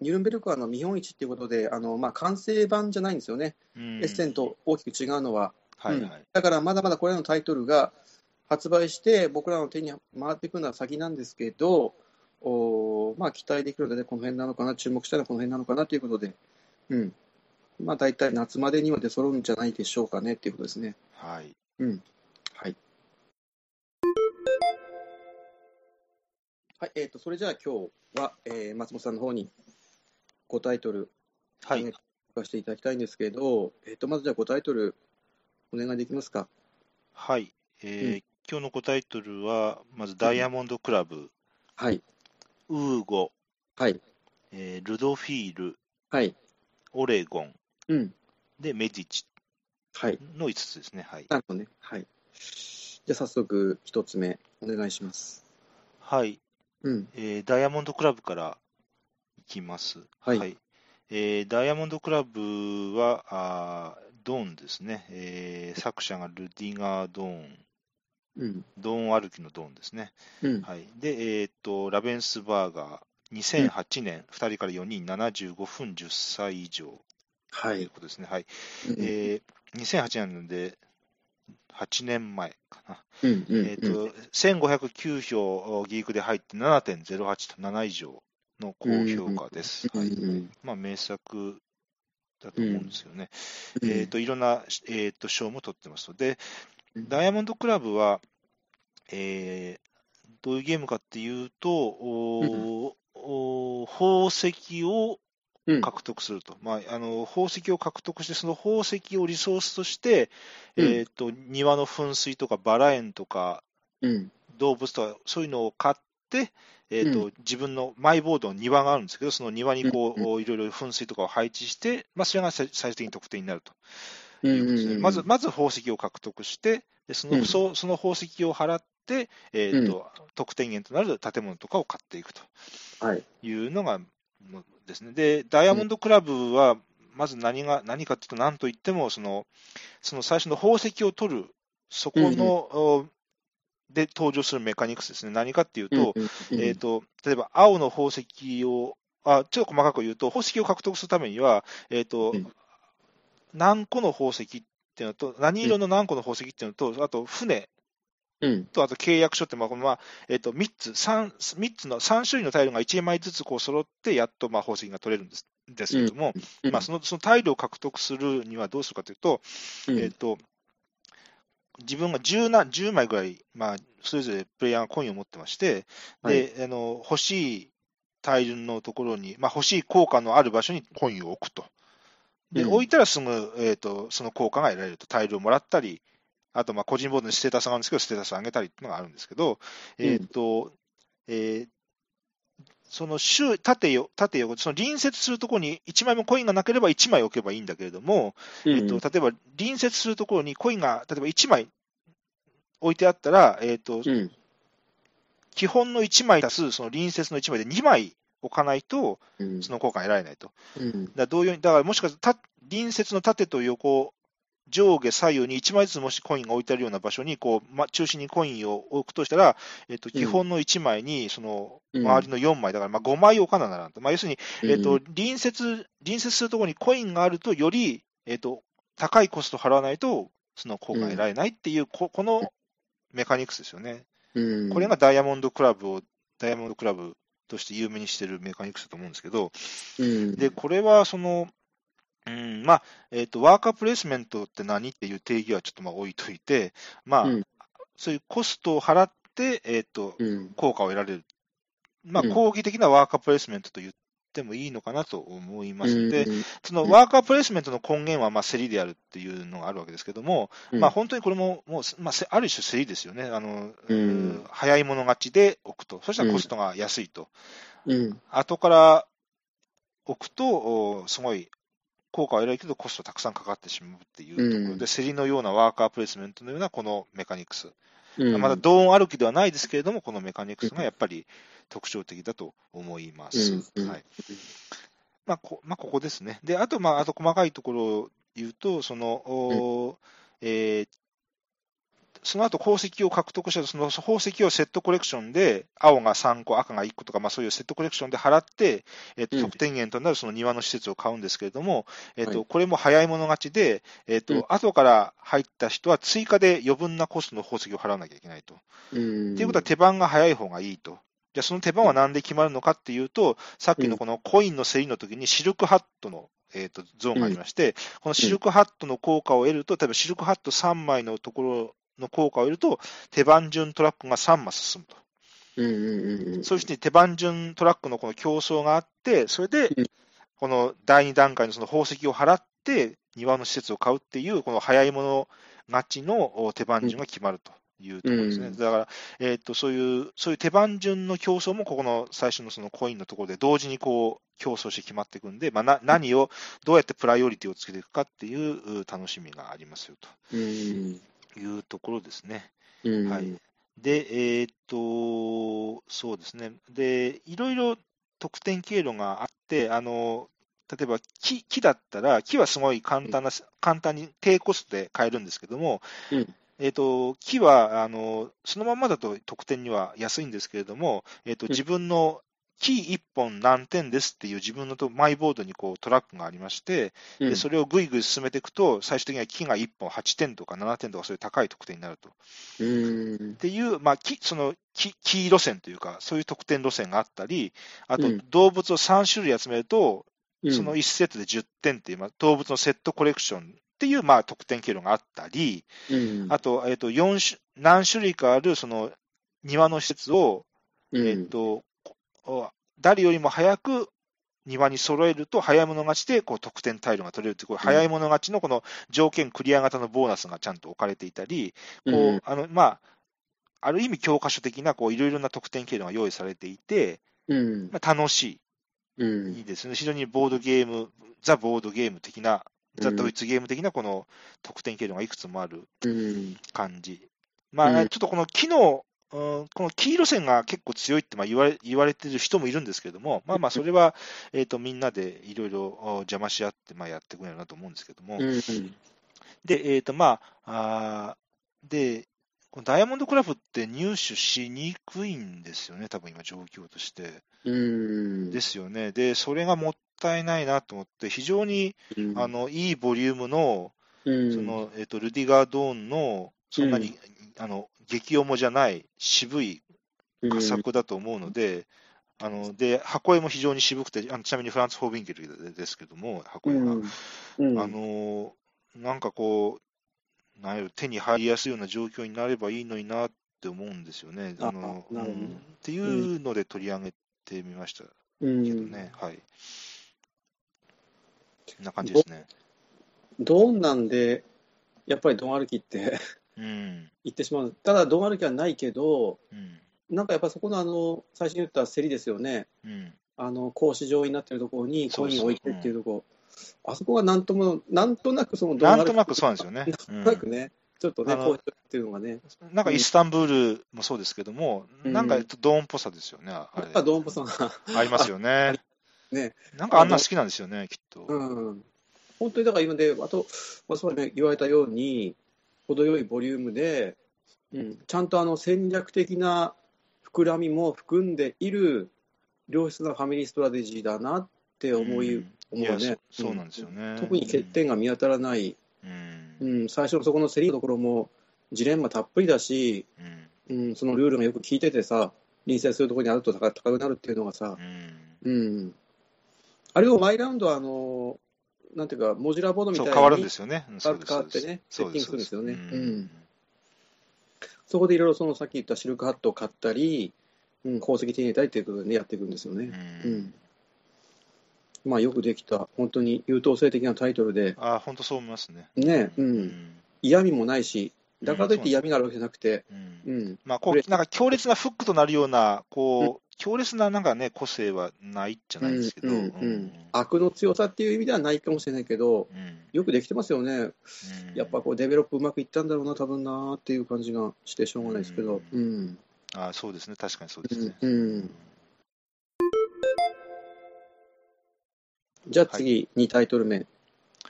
[SPEAKER 1] ニュルンベルクはあの見本市っていうことで、あのまあ、完成版じゃないんですよね、
[SPEAKER 2] エ
[SPEAKER 1] エッセン。と大きく違うのは、
[SPEAKER 2] はい
[SPEAKER 1] うん
[SPEAKER 2] はい。
[SPEAKER 1] だからまだまだこれらのタイトルが発売して、僕らの手に回っていくのは先なんですけど、おーまあ、期待できるので、この辺なのかな、注目したいのはこの辺なのかなということで、うんまあ、大体夏までには出揃うんじゃないでしょうかねっていうことですね。
[SPEAKER 2] はい。
[SPEAKER 1] はい、はいえー、とそれじゃあ今日は、えー松本さんの方に5タイトル
[SPEAKER 2] は
[SPEAKER 1] お願
[SPEAKER 2] い。
[SPEAKER 1] 聞かせていただきたいんですけど、えー、とまずじゃあ5タイトルお願いできますか。
[SPEAKER 2] はい。えー今日のごタイトルは、まず、ダイヤモンドクラブ、
[SPEAKER 1] はい、
[SPEAKER 2] ウーゴ、
[SPEAKER 1] はい、
[SPEAKER 2] えールドフィール、
[SPEAKER 1] はい、
[SPEAKER 2] オレゴン、
[SPEAKER 1] うん
[SPEAKER 2] で、メディチ
[SPEAKER 1] はい、
[SPEAKER 2] の5つですね。はい。
[SPEAKER 1] なるほどね。はい。じゃあ早速一つ目お願いします。
[SPEAKER 2] はい。
[SPEAKER 1] うん、
[SPEAKER 2] えーダイヤモンドクラブからいきます。
[SPEAKER 1] はい
[SPEAKER 2] えーダイヤモンドクラブは、あードーンですね、えー作者がルディガー・ドーン、
[SPEAKER 1] うん、
[SPEAKER 2] ドーン歩きのドーンですね。
[SPEAKER 1] うん、
[SPEAKER 2] はい、で、えーっと、ラベンスバーガー、2008年、2人から4人、75分10歳以上
[SPEAKER 1] は
[SPEAKER 2] という
[SPEAKER 1] い。
[SPEAKER 2] ことですね。は
[SPEAKER 1] う
[SPEAKER 2] い
[SPEAKER 1] ん、
[SPEAKER 2] えー2008年なので、8年前かな。
[SPEAKER 1] うん、うん、
[SPEAKER 2] えー、と1509票、ギークで入って7.08と7以上の高評価です。
[SPEAKER 1] うん、
[SPEAKER 2] は
[SPEAKER 1] はいい、うん、
[SPEAKER 2] まあ、名作だと思うんですよね。
[SPEAKER 1] うん
[SPEAKER 2] えー、といろんな、えー、と賞も取ってますので、
[SPEAKER 1] うん
[SPEAKER 2] ダイヤモンドクラブは、えーどういうゲームかっていうと、おーおー宝石を
[SPEAKER 1] うん、
[SPEAKER 2] 獲得すると、まああの、宝石を獲得して、その宝石をリソースとして、
[SPEAKER 1] うん
[SPEAKER 2] えー、と庭の噴水とかバラ園とか、
[SPEAKER 1] うん、
[SPEAKER 2] 動物とかそういうのを買って、えーと
[SPEAKER 1] う
[SPEAKER 2] 自分のマイボードの庭があるんですけど、その庭にこう、
[SPEAKER 1] うん
[SPEAKER 2] いろいろ噴水とかを配置して、まあ、それが最最終的に得点になると
[SPEAKER 1] う、
[SPEAKER 2] いうんことですね、
[SPEAKER 1] うん、
[SPEAKER 2] まずまず宝石を獲得して、でその,、
[SPEAKER 1] うん
[SPEAKER 2] そうその宝石を払って、えーと得点源となる建物とかを買っていくと
[SPEAKER 1] はい、
[SPEAKER 2] いうのがもですね。で、ダイヤモンドクラブは、まず何が何かというと、なんといってもその、その最初の宝石を取る、そこの、おで登場するメカニクスですね。何かっていうと、
[SPEAKER 1] うん、うん
[SPEAKER 2] えー、と例えば青の宝石をあ、ちょっと細かく言うと、宝石を獲得するためには、えーと
[SPEAKER 1] うん
[SPEAKER 2] 何個の宝石っていうのと、何色の何個の宝石っていうのと、あと船
[SPEAKER 1] うん、
[SPEAKER 2] と、あと契約書って、まあこのまあえー、と3つ、三三つの3種類のタイルが1枚ずつこう揃って、やっとまあ宝石が取れるんですですけども、
[SPEAKER 1] うん
[SPEAKER 2] まあ、そのそのタイルを獲得するにはどうするかというと、
[SPEAKER 1] うん
[SPEAKER 2] えー、と自分が 10, な10枚ぐらい、まあ、それぞれプレイヤーがコインを持ってまして、であの欲しいタイルのところに、まあ、欲しい効果のある場所にコインを置くと。で、
[SPEAKER 1] うん
[SPEAKER 2] 置いたらすぐ、えー、とその効果が得られると、タイルをもらったり、あとまあ個人ボードにステータスがあるんですけど、ステータスを上げたりっていうのがあるんですけど、えーとえーその周縦よ縦横、その隣接するところに1枚もコインがなければ1枚置けばいいんだけれども、
[SPEAKER 1] うん、
[SPEAKER 2] えっと、例えば隣接するところにコインが例えば1枚置いてあったら、えっと
[SPEAKER 1] うん、
[SPEAKER 2] 基本の1枚足すその隣接の1枚で2枚置かないと、
[SPEAKER 1] うん、
[SPEAKER 2] その効果が得られないと。だか
[SPEAKER 1] うん、
[SPEAKER 2] ら同様に、だからもしかしたらた隣接の縦と横、上下左右に1枚ずつもしコインが置いてあるような場所にこう、ま、中心にコインを置くとしたら、えっと
[SPEAKER 1] うん
[SPEAKER 2] 基本の1枚にその
[SPEAKER 1] うん
[SPEAKER 2] 周りの4枚、だからまあ5枚置かなならんと。まあ、要するにえっ
[SPEAKER 1] う
[SPEAKER 2] と
[SPEAKER 1] ん、
[SPEAKER 2] 隣接隣接するところにコインがあると、より、えっと高いコストを払わないと、その効果が得られないっていう、ここのメカニクスですよね。
[SPEAKER 1] うん、
[SPEAKER 2] これがダイヤモンドクラブを、ダイヤモンドクラブとして有名にしてるメカニクスだと思うんですけど、
[SPEAKER 1] うん、
[SPEAKER 2] でこれはその、うんまあえっとワーカープレイスメントって何っていう定義はちょっとまあ置いといて、まあ
[SPEAKER 1] うん
[SPEAKER 2] そういうコストを払って、えっと
[SPEAKER 1] うん、
[SPEAKER 2] 効果を得られる、まあ、
[SPEAKER 1] うん
[SPEAKER 2] 抗議的なワーカープレイスメントと言っってもいいのかなと思いま
[SPEAKER 1] う
[SPEAKER 2] す。
[SPEAKER 1] ん
[SPEAKER 2] で、
[SPEAKER 1] うん
[SPEAKER 2] そのワーカープレイスメントの根源はまあ競りであるっていうのがあるわけですけども、
[SPEAKER 1] うん
[SPEAKER 2] まあ、本当にこれももう、まあ、せある種競りですよね、あの
[SPEAKER 1] うん
[SPEAKER 2] 早い者勝ちで置くと、そしたらコストが安いと、
[SPEAKER 1] うん
[SPEAKER 2] 後から置くと、おすごい効果は得られるけど、コストたくさんかかってしまうっていうところで、
[SPEAKER 1] うん
[SPEAKER 2] 競りのようなワーカープレイスメントのようなこのメカニクス、
[SPEAKER 1] うん
[SPEAKER 2] まだ同音歩きではないですけれども、このメカニクスがやっぱり特徴的だと思います。
[SPEAKER 1] うんうん
[SPEAKER 2] はいまあこまあ、ここですね。で、あと、まあ、あと細かいところを言うと、その、おーえーその後鉱石を獲得したその宝石をセットコレクションで、青が3個、赤が1個とか、まあ、そういうセットコレクションで払って、えっと
[SPEAKER 1] うん
[SPEAKER 2] 得点源となるその庭の施設を買うんですけれども、えっと
[SPEAKER 1] はい
[SPEAKER 2] これも早い者勝ちで、えっと
[SPEAKER 1] うん
[SPEAKER 2] 後から入った人は追加で余分なコストの宝石を払わなきゃいけないと。
[SPEAKER 1] うん
[SPEAKER 2] っていうことは手番が早い方がいいと。じゃあその手番は何で決まるのかっていうと、さっきのこのコインの競りの時にシルクハットの、えー、とゾーンがありまして、このシルクハットの効果を得ると、例えばシルクハット3枚のところの効果を得ると、手番順トラックが3マス進むと。
[SPEAKER 1] うんうんうんうん
[SPEAKER 2] そういうふうに手番順トラックのこの競争があって、それで
[SPEAKER 1] うん、
[SPEAKER 2] この第2段階のその宝石を払って、庭の施設を買うっていう、この早い者勝ちのお手番順が決まるというところですね。
[SPEAKER 1] うん
[SPEAKER 2] だから、えーっとそういう、そういう手番順の競争も、ここの最初のそのコインのところで同時にこう競争して決まっていくんで、まあ、な何を、どうやってプライオリティをつけていくかっていうう楽しみがありますよ
[SPEAKER 1] うん
[SPEAKER 2] というところですね。
[SPEAKER 1] うん
[SPEAKER 2] はいで、えーっと、そうですね。で、いろいろ得点経路があって、あの、例えば木、木だったら、木はすごい簡単な、簡単に低コストで買えるんですけども、
[SPEAKER 1] うん
[SPEAKER 2] えーっと、木は、あの、そのままだと得点には安いんですけれども、えーっと、
[SPEAKER 1] うん
[SPEAKER 2] 自分の木1本何点ですっていう自分のとマイボードにこうトラックがありまして、
[SPEAKER 1] う
[SPEAKER 2] で
[SPEAKER 1] ん
[SPEAKER 2] それをぐいぐい進めていくと、最終的には木が1本8点とか7点とかそういう高い得点になると。
[SPEAKER 1] うん
[SPEAKER 2] っていう、まあ、きそのきキー路線というか、そういう得点路線があったり、あと
[SPEAKER 1] うん
[SPEAKER 2] 動物を3種類集めると、
[SPEAKER 1] うん
[SPEAKER 2] その1セットで10点っていう、まあ、動物のセットコレクションっていう、まあ、得点経路があったり、
[SPEAKER 1] うん
[SPEAKER 2] あと、えっと4種何種類かあるその庭の施設を、
[SPEAKER 1] うん
[SPEAKER 2] えっとこ誰よりも早く庭に揃えると、早い者勝ちでこう得点タイルが取れるっていう、これ早い者勝ちのこの条件クリア型のボーナスがちゃんと置かれていたり、こうあのまあ、ある意味教科書的なこういろいろな得点経路が用意されていて、
[SPEAKER 1] うん
[SPEAKER 2] まあ、楽し
[SPEAKER 1] う
[SPEAKER 2] い、い
[SPEAKER 1] ん
[SPEAKER 2] いですね、非常にボードゲーム、ザ・ボードゲーム的な、ザ・
[SPEAKER 1] うん
[SPEAKER 2] ドイツゲーム的なこの得点経路がいくつもある
[SPEAKER 1] うん
[SPEAKER 2] 感じ。まあ、
[SPEAKER 1] うん
[SPEAKER 2] ちょっとこの機能、うんこの黄色線が結構強いってまあ言われ言われてる人もいるんですけれども、まあまあ、それは、えー、とみんなでいろいろお邪魔し合って、まあ、やっていくんやろうなと思うんですけども。
[SPEAKER 1] うん
[SPEAKER 2] で、えーとまあ、あーで、このダイヤモンドクラフって入手しにくいんですよね、多分今、状況として。
[SPEAKER 1] うん
[SPEAKER 2] ですよね。で、それがもったいないなと思って、非常に
[SPEAKER 1] うん
[SPEAKER 2] あのいいボリュームの、
[SPEAKER 1] うん
[SPEAKER 2] そのえー、とルディガー・ドーンの、そんなに、
[SPEAKER 1] う
[SPEAKER 2] あの激重じゃない、渋い
[SPEAKER 1] うん
[SPEAKER 2] 佳作だと思うので、あので箱絵も非常に渋くて、あのちなみにフランス・フォービンケルですけども、箱絵が。
[SPEAKER 1] うん
[SPEAKER 2] あのーなんかこう、なんやろ手に入りやすいような状況になればいいのになって思うんですよね。
[SPEAKER 1] あ
[SPEAKER 2] あの
[SPEAKER 1] なるほど
[SPEAKER 2] うんっていうので取り上げてみましたけ
[SPEAKER 1] う
[SPEAKER 2] ど
[SPEAKER 1] ん
[SPEAKER 2] ね、はい。こんな感じですね。
[SPEAKER 1] ドンなんでやっぱりドン歩きって (laughs)
[SPEAKER 2] うん。
[SPEAKER 1] 言ってしまうただドン歩きはないけど
[SPEAKER 2] うん。
[SPEAKER 1] なんかやっぱそこのあの最初に言った競りですよね
[SPEAKER 2] うん。
[SPEAKER 1] あの格子状になってるところにコインを置いてっていうところあそこはなんともなんとなくそのドン
[SPEAKER 2] な
[SPEAKER 1] 歩き
[SPEAKER 2] んとなくそうなんですよね。
[SPEAKER 1] なんとなくね、ちょっとね
[SPEAKER 2] あの
[SPEAKER 1] 格子状っていうのがね
[SPEAKER 2] うんなんかイスタンブールもそうですけども、
[SPEAKER 1] うん
[SPEAKER 2] なんかドーンっぽさですよね、あ
[SPEAKER 1] な
[SPEAKER 2] れ
[SPEAKER 1] んかドンポさんが
[SPEAKER 2] ありますよね。
[SPEAKER 1] ね
[SPEAKER 2] なんかあんな好きなんですよね、きっと。
[SPEAKER 1] うん本当にだから今で、あと、まあ、そうね、言われたように、程よいボリュームで、うん、ちゃんとあの戦略的な膨らみも含んでいる良質なファミリーストラテジーだなって思い、
[SPEAKER 2] うん
[SPEAKER 1] 思う
[SPEAKER 2] や
[SPEAKER 1] ね
[SPEAKER 2] そそうなんですよね。
[SPEAKER 1] 特に欠点が見当たらない、
[SPEAKER 2] うん。
[SPEAKER 1] う
[SPEAKER 2] うん
[SPEAKER 1] ん最初のそこの競りのところもジレンマたっぷりだし、
[SPEAKER 2] うん
[SPEAKER 1] うん、そのルールがよく効いててさ、臨戦するところにあると高高くなるっていうのがさ、
[SPEAKER 2] うん
[SPEAKER 1] うん、あれをマイラウンドはあの、なんていうか、モジュラボードみた
[SPEAKER 2] そ、
[SPEAKER 1] いうに
[SPEAKER 2] 変わるんですよね。うんそうです
[SPEAKER 1] 変わってね
[SPEAKER 2] そう
[SPEAKER 1] セッティングするんですよね
[SPEAKER 2] そう
[SPEAKER 1] うんそこでいろいろそのさっき言ったシルクハットを買ったり、うん、宝石手に入れたりということで、ね、やっていくんですよ
[SPEAKER 2] うん
[SPEAKER 1] ね。うんまあ、よくできた、本当に優等生的なタイトルで、
[SPEAKER 2] あ本当そう思いますね。
[SPEAKER 1] ね、う、
[SPEAKER 2] うんん
[SPEAKER 1] 嫌味もないし、だからといって嫌味があるわけじゃなくて、
[SPEAKER 2] うん
[SPEAKER 1] うん、
[SPEAKER 2] まあ、こ
[SPEAKER 1] これ
[SPEAKER 2] うなんか強烈なフックとなるような、こう強烈ななんか、ね、個性はないじゃないですけど、
[SPEAKER 1] うんうんうん悪の強さっていう意味ではないかもしれないけど、
[SPEAKER 2] うん
[SPEAKER 1] よくできてますよね、
[SPEAKER 2] うん
[SPEAKER 1] やっぱこうデベロップうまくいったんだろうな、多分なーっていう感じがしてしょうがないですけど、
[SPEAKER 2] う
[SPEAKER 1] うん、
[SPEAKER 2] あそうですね、確かにそうですね。
[SPEAKER 1] うんうんじゃあ次、2タイトル目、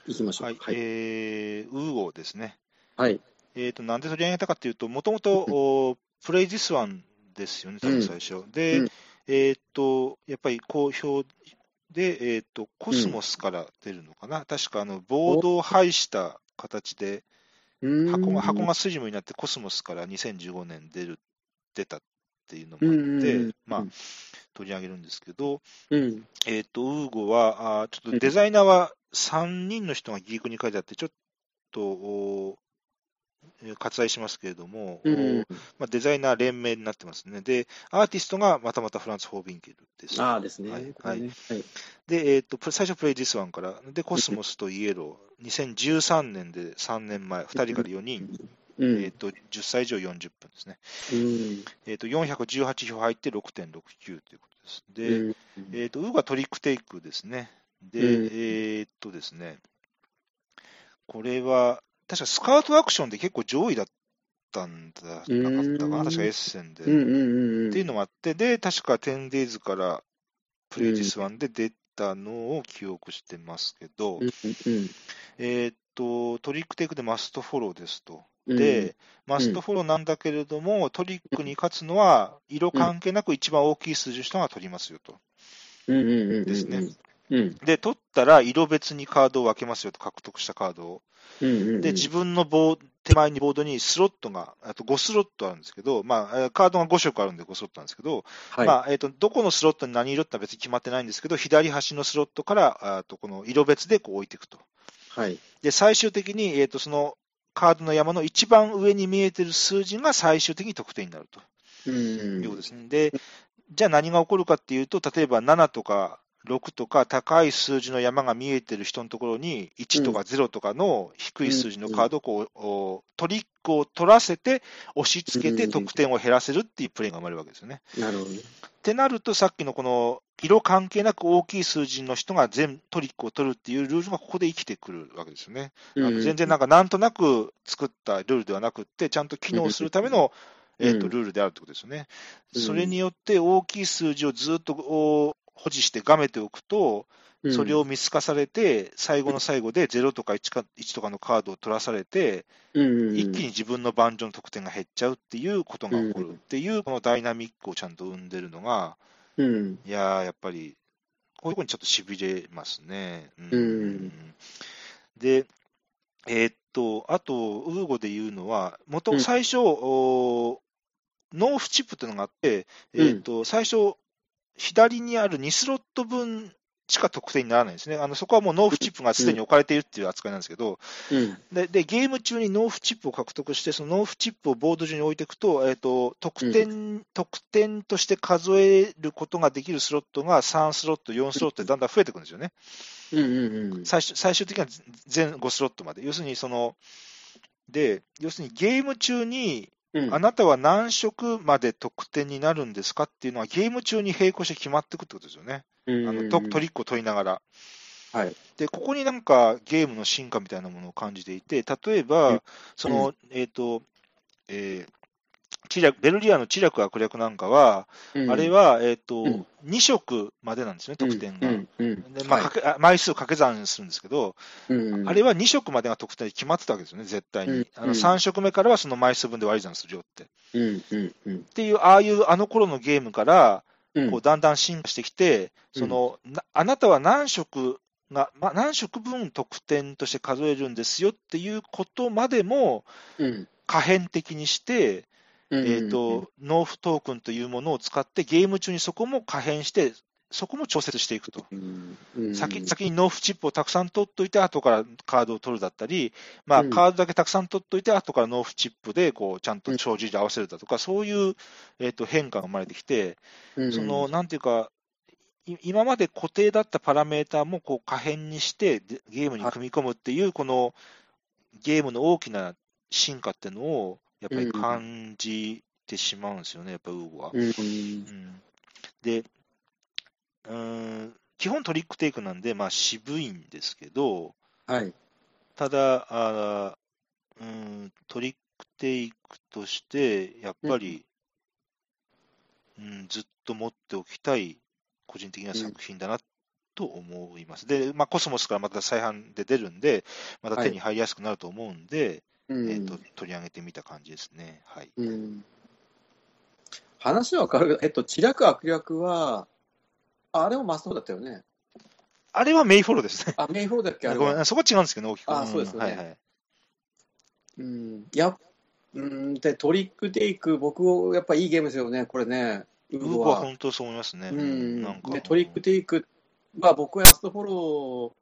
[SPEAKER 1] いきましょ
[SPEAKER 2] は
[SPEAKER 1] う
[SPEAKER 2] い
[SPEAKER 1] か。はい、
[SPEAKER 2] えーウーゴーですね。
[SPEAKER 1] はい、
[SPEAKER 2] えー、となんで取り上げたかというと、もともとプレイ・ディス・ワンですよね、多分最初。で、
[SPEAKER 1] うん
[SPEAKER 2] えー、とやっぱり好評で、えーと、コスモスから出るのかな、確かあのボードを配した形で箱が、箱がスリムになって、コスモスから2015年出る出たっていうのもあって、
[SPEAKER 1] うん
[SPEAKER 2] ま
[SPEAKER 1] う
[SPEAKER 2] あ
[SPEAKER 1] ん、
[SPEAKER 2] 取り上げるんですけど、
[SPEAKER 1] うん、
[SPEAKER 2] えー、とウーゴはあー、ちょっとデザイナーは3人の人がギークに書いてあって、ちょっとおーえー割愛しますけれども、
[SPEAKER 1] う
[SPEAKER 2] おー
[SPEAKER 1] ん、
[SPEAKER 2] まあ、デザイナー連名になってますね。で、アーティストがまたまたフランス・ホービンケルです。
[SPEAKER 1] ああですね、
[SPEAKER 2] はい
[SPEAKER 1] これねはい
[SPEAKER 2] で、えー、とプ最初、プレイ・ディス・ワンから、で、コスモスとイエロー、2013年で3年前、2人から4人、
[SPEAKER 1] う
[SPEAKER 2] え
[SPEAKER 1] ん
[SPEAKER 2] ー、と10歳以上40分ですね。
[SPEAKER 1] うん
[SPEAKER 2] えー、と418票入って6.69ということです。で、
[SPEAKER 1] うん
[SPEAKER 2] えー、と、ウーがトリックテイクですね。で、
[SPEAKER 1] うん
[SPEAKER 2] えーっとですね、これは、確かスカウトアクションで結構上位だったんだ、なかったか
[SPEAKER 1] う
[SPEAKER 2] な、
[SPEAKER 1] ん
[SPEAKER 2] 確かエッセンで。
[SPEAKER 1] うんうんうんうん
[SPEAKER 2] っていうのもあって、で、確か 10days からプレイディスワンで出たのを記憶してますけど、
[SPEAKER 1] うんうん
[SPEAKER 2] えーっと、トリックテイクでマストフォローですと。
[SPEAKER 1] うん
[SPEAKER 2] で、マストフォローなんだけれども、トリックに勝つのは、色関係なく一番大きい数字の人が取りますよと。
[SPEAKER 1] うんうんうんうん
[SPEAKER 2] ですね
[SPEAKER 1] うん
[SPEAKER 2] で、取ったら色別にカードを分けますよと、獲得したカードを。
[SPEAKER 1] うんうんうん
[SPEAKER 2] で、自分のボー手前にボードにスロットが、あと5スロットあるんですけど、まあ、えーカードが5色あるんで5スロットなんですけど、
[SPEAKER 1] はい
[SPEAKER 2] まあえーとどこのスロットに何色ってのは別に決まってないんですけど、左端のスロットからあーとこの色別でこう置いていくと。
[SPEAKER 1] はい
[SPEAKER 2] で、最終的に、えー、とそのカードの山の一番上に見えてる数字が最終的に得点になると。
[SPEAKER 1] うんうん
[SPEAKER 2] いうことですね。で、じゃあ何が起こるかっていうと、例えば7とか6とか高い数字の山が見えてる人のところに1とか0とかの低い数字のカードをこうおトリックを取らせて押し付けて
[SPEAKER 1] うん
[SPEAKER 2] 得点を減らせるっていうプレーが生まれるわけですよね。
[SPEAKER 1] なるほどね
[SPEAKER 2] ってなると、さっきのこの色関係なく大きい数字の人が全トリックを取るっていうルールがここで生きてくるわけですよね。あ
[SPEAKER 1] う
[SPEAKER 2] の
[SPEAKER 1] ん
[SPEAKER 2] 全然なんかなんとなく作ったルールではなくって、ちゃんと機能するための、
[SPEAKER 1] うん
[SPEAKER 2] えー、とルールであるってことですよね。
[SPEAKER 1] うん
[SPEAKER 2] それによって大きい数字をずっとお保持してがめておくと、
[SPEAKER 1] うん
[SPEAKER 2] それを見透かされて、最後の最後で0とか1か1とかのカードを取らされて、
[SPEAKER 1] うんうんうん
[SPEAKER 2] 一気に自分の盤上の得点が減っちゃうっていうことが起こるっていう、このダイナミックをちゃんと生んでるのが、
[SPEAKER 1] うん
[SPEAKER 2] いやー、やっぱり、こういうとこにちょっとしびれますね。うん
[SPEAKER 1] うん
[SPEAKER 2] で、えーっと、あと、ウーゴで言うのは、元
[SPEAKER 1] うん
[SPEAKER 2] 最初、おーノーフチップっていうのがあって、えーっと、最初、左にある2スロット分しか得点にならないんですね。あのそこはもうノーフチップがすでに置かれているっていう扱いなんですけど、
[SPEAKER 1] うん
[SPEAKER 2] ででゲーム中にノーフチップを獲得して、そのノーフチップをボード上に置いていくと、えー、と得点、得点として数えることができるスロットが3スロット、4スロットでだんだん増えていくんですよね。
[SPEAKER 1] うんうんうん
[SPEAKER 2] 最終最終的には全5スロットまで。要するにそので要するにゲーム中に
[SPEAKER 1] うん
[SPEAKER 2] あなたは何色まで得点になるんですかっていうのはゲーム中に並行して決まっていくってことですよね。あ
[SPEAKER 1] うんうんう
[SPEAKER 2] の
[SPEAKER 1] ん
[SPEAKER 2] とトリックを取りながら。
[SPEAKER 1] はい
[SPEAKER 2] で、ここになんかゲームの進化みたいなものを感じていて、例え
[SPEAKER 1] う
[SPEAKER 2] ば
[SPEAKER 1] ん、
[SPEAKER 2] その、えっ、と、えー知略ベルリアの知略悪略なんかは、
[SPEAKER 1] うん
[SPEAKER 2] あれは、えっ、と、
[SPEAKER 1] うん
[SPEAKER 2] 2色までなんですね、得点が。
[SPEAKER 1] うんうん
[SPEAKER 2] でまあ、
[SPEAKER 1] はい
[SPEAKER 2] かけあ枚数掛け算するんですけど、
[SPEAKER 1] うんうん
[SPEAKER 2] あれは2色までが得点に決まってたわけですよね、絶対に。
[SPEAKER 1] うん
[SPEAKER 2] あ
[SPEAKER 1] う
[SPEAKER 2] の
[SPEAKER 1] ん
[SPEAKER 2] 3色目からはその枚数分で割り算するよって。っ
[SPEAKER 1] うんうんうん
[SPEAKER 2] ていう、ああいうあの頃のゲームから、
[SPEAKER 1] うん
[SPEAKER 2] こうだんだん進化してきて、
[SPEAKER 1] うん
[SPEAKER 2] そのなあなたは何色が、まあ、何色分得点として数えるんですよっていうことまでも
[SPEAKER 1] うん
[SPEAKER 2] 可変的にして、
[SPEAKER 1] うん
[SPEAKER 2] えーと、納付トークンというものを使って、ゲーム中にそこも可変して、そこも調節していくと。
[SPEAKER 1] うんうん
[SPEAKER 2] 先先に納付チップをたくさん取っておいて、後からカードを取るだったり、まあ、
[SPEAKER 1] うん
[SPEAKER 2] カードだけたくさん取っておいて、後から納付チップでこうちゃんと帳尻で合わせるだとか、そういう、えー、と変化が生まれてきて、
[SPEAKER 1] うん
[SPEAKER 2] その、なんていうか、い今まで固定だったパラメーターもこう可変にしてでゲームに組み込むっていう、このゲームの大きな進化っていうのを、やっぱり感じてしまうんですよね、やっぱウーゴは。
[SPEAKER 1] うん
[SPEAKER 2] うんで、うーん、基本トリックテイクなんで、まあ渋いんですけど、
[SPEAKER 1] はい。
[SPEAKER 2] ただ、あーうーん、トリックテイクとして、やっぱり、うん、ずっと持っておきたい、個人的な作品だなと思います。で、まあ、コスモスからまた再販で出るんで、また手に入りやすくなると思うんで、
[SPEAKER 1] うん
[SPEAKER 2] えーと、取り上げてみた感じですね。はい。
[SPEAKER 1] うん話は変わるけど、えっと、知略悪略は、ああれもマストフォーだったよね。
[SPEAKER 2] あれはメイフォローですね。
[SPEAKER 1] あ、メイフォーだっけ、あれ
[SPEAKER 2] (laughs) ごめ
[SPEAKER 1] は。
[SPEAKER 2] ん、そこ違うんですけど、大きく。
[SPEAKER 1] あーそうですよね
[SPEAKER 2] はいはい。
[SPEAKER 1] うん、いや、うん、で、トリックテイク、僕を、やっぱいいゲームですよね、これね、ウ
[SPEAKER 2] ウー
[SPEAKER 1] ー
[SPEAKER 2] ゴ
[SPEAKER 1] ゴは。
[SPEAKER 2] は本当そう思いますね。
[SPEAKER 1] うん
[SPEAKER 2] なんか。
[SPEAKER 1] で、トリックテイクは、僕はマストフォロ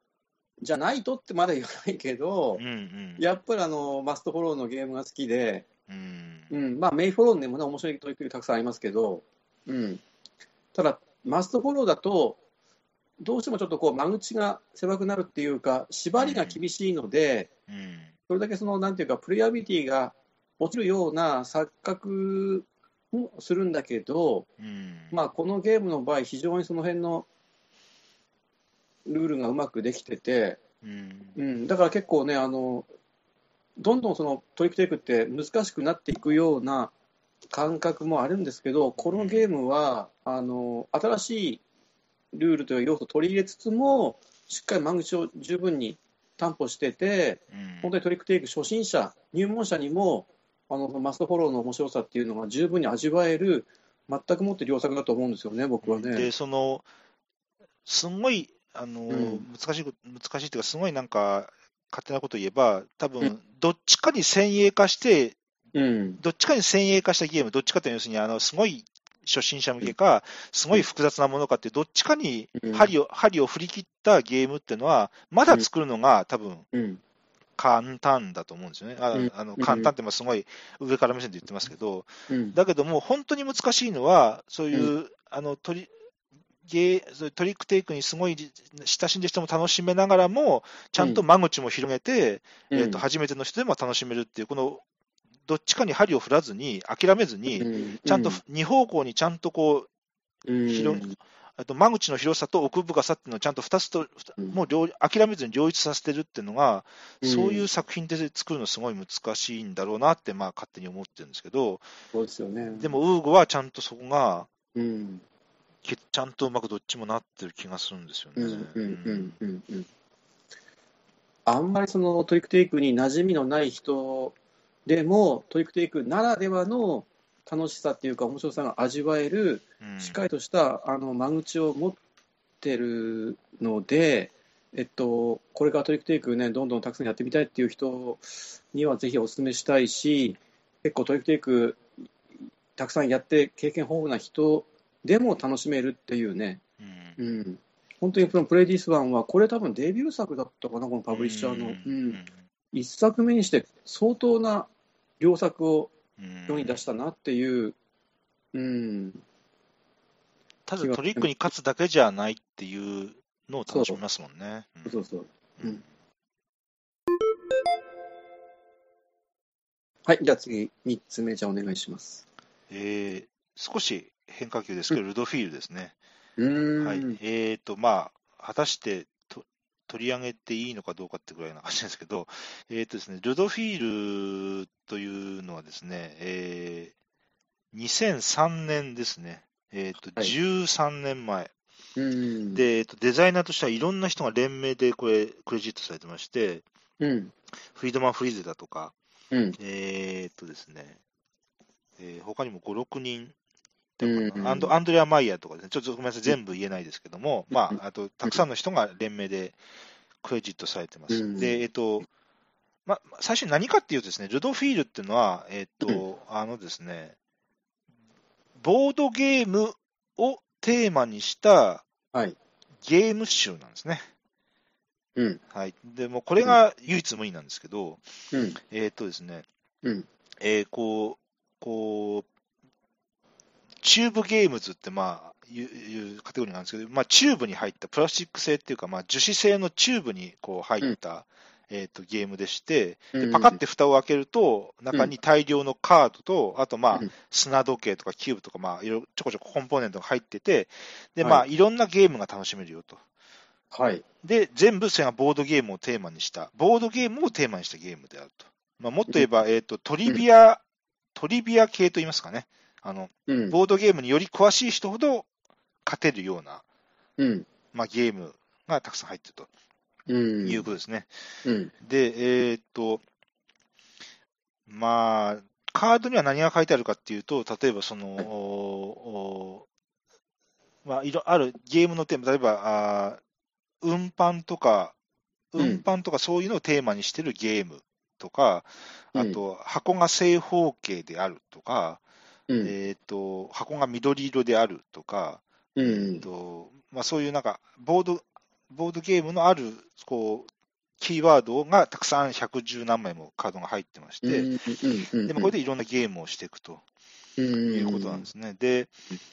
[SPEAKER 1] ーじゃないとってまだ言わないけど
[SPEAKER 2] うん、うん。
[SPEAKER 1] やっぱりあの、マストフォローのゲームが好きで、
[SPEAKER 2] うん。
[SPEAKER 1] うん、まあ、メイフォローでもね、面白い取り組みたくさんありますけど、うん、ただ、マストフォローだと、どうしてもちょっとこう間口が狭くなるっていうか、縛りが厳しいので、
[SPEAKER 2] うん。
[SPEAKER 1] それだけその、なんていうか、プレイアビリティが落ちるような錯覚もするんだけど、
[SPEAKER 2] うん。
[SPEAKER 1] まあ、このゲームの場合、非常にその辺のルールがうまくできてて、
[SPEAKER 2] うん。
[SPEAKER 1] うん、だから結構ね、あのどんどんそのトリックテイクって難しくなっていくような感覚もあるんですけど、このゲームはあの新しいルールという要素を取り入れつつも、しっかり間口を十分に担保してて、
[SPEAKER 2] うん
[SPEAKER 1] 本当にトリックテイク初心者、入門者にもあのマストフォローの面白さっていうのが十分に味わえる、全くもって良作だと思うんですよね、僕はね。
[SPEAKER 2] で、その、すんごい、あの、
[SPEAKER 1] うん
[SPEAKER 2] 難しいこ、難しいっていうか、すごいなんか、勝手なこと言えば、多
[SPEAKER 1] う
[SPEAKER 2] 分、どっちかに先鋭化して、
[SPEAKER 1] うん、
[SPEAKER 2] どっちかに先鋭化したゲーム、どっちかっていうのは要するに、あの、すごい初心者向けか、すごい複雑なものかって、どっちかに
[SPEAKER 1] うん
[SPEAKER 2] 針を、針を振り切ったゲームっていうのは、まだ作るのが多分、
[SPEAKER 1] うん、
[SPEAKER 2] 簡単だと思うんですよね。あ
[SPEAKER 1] うん
[SPEAKER 2] あの
[SPEAKER 1] うん
[SPEAKER 2] 簡単ってまあすごい上から目線で言ってますけど、
[SPEAKER 1] うん、
[SPEAKER 2] だけどもう本当に難しいのは、そういう、あのトリゲーそういうトリックテイクにすごい親しんでる人も楽しめながらも、ちゃんと間口も広げて、えー、と初めての人でも楽しめるっていう、このどっちかに針を振らずに、諦めずに、
[SPEAKER 1] うん
[SPEAKER 2] ちゃんと二方向にちゃんとこう、
[SPEAKER 1] うん
[SPEAKER 2] 広いあと間口の広さと奥深さっていうのをちゃんと2つと、
[SPEAKER 1] うん
[SPEAKER 2] もう両諦めずに両立させてるっていうのが、
[SPEAKER 1] うん
[SPEAKER 2] そういう作品で作るのすごい難しいんだろうなって、まあ、勝手に思ってるんですけど、
[SPEAKER 1] そうですよね。
[SPEAKER 2] でも、ウーゴはちゃんとそこが、
[SPEAKER 1] うん、
[SPEAKER 2] けちゃんとうまくどっちもなってる気がするんですよ
[SPEAKER 1] う
[SPEAKER 2] ね。
[SPEAKER 1] ん、うん、うん、うん、うん。あんまりそのトリックテイクに馴染みのない人でも、トリックテイクならではの楽しさっていうか、面白さが味わえる、
[SPEAKER 2] うん
[SPEAKER 1] しっかりとしたあの間口を持ってるので、えっと、これからトリックテイクね、どんどんたくさんやってみたいっていう人にはぜひお勧めしたいし、結構トリックテイクたくさんやって経験豊富な人でも楽しめるっていうね、
[SPEAKER 2] うん
[SPEAKER 1] うん、本当にそのプレイディスワンは、これ多分デビュー作だったかな、このパブリッシャーの。うん、一作目にして相当な良作を
[SPEAKER 2] うん
[SPEAKER 1] 世に出したなっていう、うん、
[SPEAKER 2] ただトリックに勝つだけじゃないっていうのを楽しみますもんね。うん
[SPEAKER 1] そうそう。
[SPEAKER 2] うん
[SPEAKER 1] はい、じゃあ次、3つ目、じゃあお願いします。
[SPEAKER 2] えー少し変化球ですけど、ルドフィールですね。
[SPEAKER 1] うーん。
[SPEAKER 2] はい、えーと、まあ、果たしてと取り上げていいのかどうかってぐらいな感じですけど、 (laughs) えーとですね、ルドフィールというのはですね、えー2003年ですね、えーと
[SPEAKER 1] はい
[SPEAKER 2] 13年前、
[SPEAKER 1] うん、
[SPEAKER 2] でえーと、デザイナーとしてはいろんな人が連名でこれクレジットされてまして、
[SPEAKER 1] うん、
[SPEAKER 2] フリードマン・フリーゼだとか、
[SPEAKER 1] うん、
[SPEAKER 2] えーとですね、えー他にも5、6人だったかな
[SPEAKER 1] うん
[SPEAKER 2] アンドアンドレア・マイヤーとかですね、ちょっとごめんなさい、全部言えないですけども、
[SPEAKER 1] うん
[SPEAKER 2] まあ、あとたくさんの人が連名でクレジットされてま
[SPEAKER 1] うん
[SPEAKER 2] す。で、えっと、ま、最初に何かっていうとですね、ルドフィールっていうのは、えっ
[SPEAKER 1] う
[SPEAKER 2] と、あのですね、ボードゲームをテーマにした
[SPEAKER 1] はい
[SPEAKER 2] ゲーム集なんですね。
[SPEAKER 1] うん、
[SPEAKER 2] はい。でもうこれが唯一無二なんですけど、
[SPEAKER 1] うん、
[SPEAKER 2] えーっとですね、
[SPEAKER 1] うん
[SPEAKER 2] えーこう、こう、チューブゲームズって、まあ、いういうカテゴリーなんですけど、まあ、チューブに入った、プラスチック製っていうか、まあ、樹脂製のチューブにこう入った、えー、とゲームでして、でパカって蓋を開けると、中に大量のカードと、あと、まあ
[SPEAKER 1] うん、
[SPEAKER 2] 砂時計とかキューブとか、まあ、いろいろちょこちょこコンポーネントが入ってて、で、まあ、いろんなゲームが楽しめるよと。
[SPEAKER 1] はい。
[SPEAKER 2] で、全部それがボードゲームをテーマにした、ボードゲームをテーマにしたゲームであると。まあ、もっと言えば、えー、とトリビア、トリビア系と言いますかね。あの
[SPEAKER 1] うん。
[SPEAKER 2] ボードゲームにより詳しい人ほど勝てるような、
[SPEAKER 1] うん。
[SPEAKER 2] まあ、ゲームがたくさん入ってると
[SPEAKER 1] うん。
[SPEAKER 2] いうことですね。
[SPEAKER 1] うん。
[SPEAKER 2] で、えーっと、まあ、カードには何が書いてあるかっていうと、例えばその、
[SPEAKER 1] はい
[SPEAKER 2] おおまあ、いろあるゲームのテーマ、例えば、あー運搬とか、
[SPEAKER 1] うん
[SPEAKER 2] 運搬とかそういうのをテーマにしてるゲームとか、あ
[SPEAKER 1] うん
[SPEAKER 2] と、箱が正方形であるとか、
[SPEAKER 1] うん。
[SPEAKER 2] えーっと、箱が緑色であるとか、
[SPEAKER 1] う
[SPEAKER 2] えっ
[SPEAKER 1] ん。
[SPEAKER 2] とまあ、そういうなんかボード、ボードゲームのあるこうキーワードがたくさん110何枚もカードが入ってまして、
[SPEAKER 1] うん。
[SPEAKER 2] でまあこれでいろんなゲームをしていくと
[SPEAKER 1] で、い。
[SPEAKER 2] いうことなんですすね。で、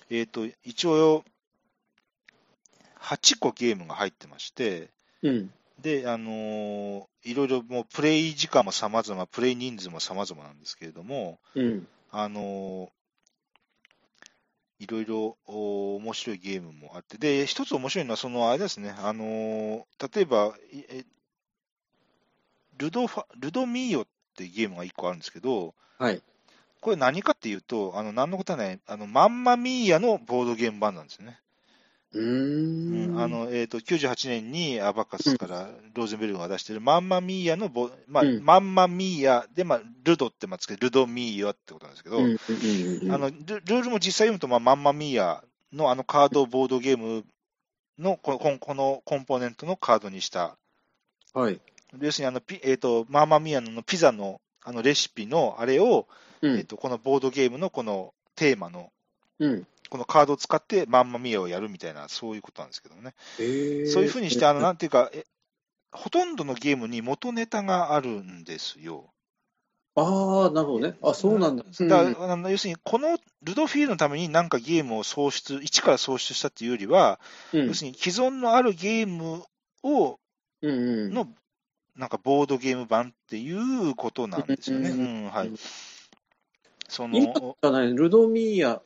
[SPEAKER 2] えっと一応、8個ゲームが入ってまして、
[SPEAKER 1] うん。
[SPEAKER 2] で、あのーいろいろもうプレイ時間も様々、プレイ人数も様々なんですけれども、
[SPEAKER 1] うん。
[SPEAKER 2] あのーいろいろおー面白いゲームもあって、で、一つ面白いのは、そのあれですね、あのー例えば、いえルドファルドミーヨっていうゲームが一個あるんですけど、
[SPEAKER 1] はい。
[SPEAKER 2] これ何かっていうと、あの何のことはない、あのマンマミーヤのボードゲーム版なんですよね。
[SPEAKER 1] う
[SPEAKER 2] う
[SPEAKER 1] ー
[SPEAKER 2] ん
[SPEAKER 1] ん。
[SPEAKER 2] あ、のえー、と98年にアバカスからローゼンベルグが出してる、マンマミーヤのボ、まあ
[SPEAKER 1] うん
[SPEAKER 2] マンマミーヤで、まあ、ルドってまあつけて、ルドミーヤってことなんですけど、
[SPEAKER 1] うん。うん。
[SPEAKER 2] あのルルールも実際読むと、まあ、マンマミーヤのあのカードをボードゲームのこここのコンポーネントのカードにした、
[SPEAKER 1] はい。
[SPEAKER 2] 要するにあのピ、えー、とマンマミーヤのピザのあのレシピのあれを、
[SPEAKER 1] う
[SPEAKER 2] えー、
[SPEAKER 1] ん。
[SPEAKER 2] とこのボードゲームのこのテーマの、
[SPEAKER 1] うん。
[SPEAKER 2] このカードを使ってマンマミーヤをやるみたいな、そういうことなんですけどもね。
[SPEAKER 1] そうい
[SPEAKER 2] そういうふうにして、あのなんていうか、えほとんどのゲームに元ネタがあるんですよ。
[SPEAKER 1] ああ、なるほどね。あ、そうなんだ。
[SPEAKER 2] だからあの要するに、このルドフィールのためになんかゲームを創出、一から創出したっていうよりは、
[SPEAKER 1] うん
[SPEAKER 2] 要するに既存のあるゲームを、
[SPEAKER 1] うん。
[SPEAKER 2] の、なんかボードゲーム版っていうことなんですよね。
[SPEAKER 1] う
[SPEAKER 2] うんん、は
[SPEAKER 1] う
[SPEAKER 2] い
[SPEAKER 1] ん。
[SPEAKER 2] そ
[SPEAKER 1] 今
[SPEAKER 2] の、
[SPEAKER 1] じゃない、ルドミーヤ、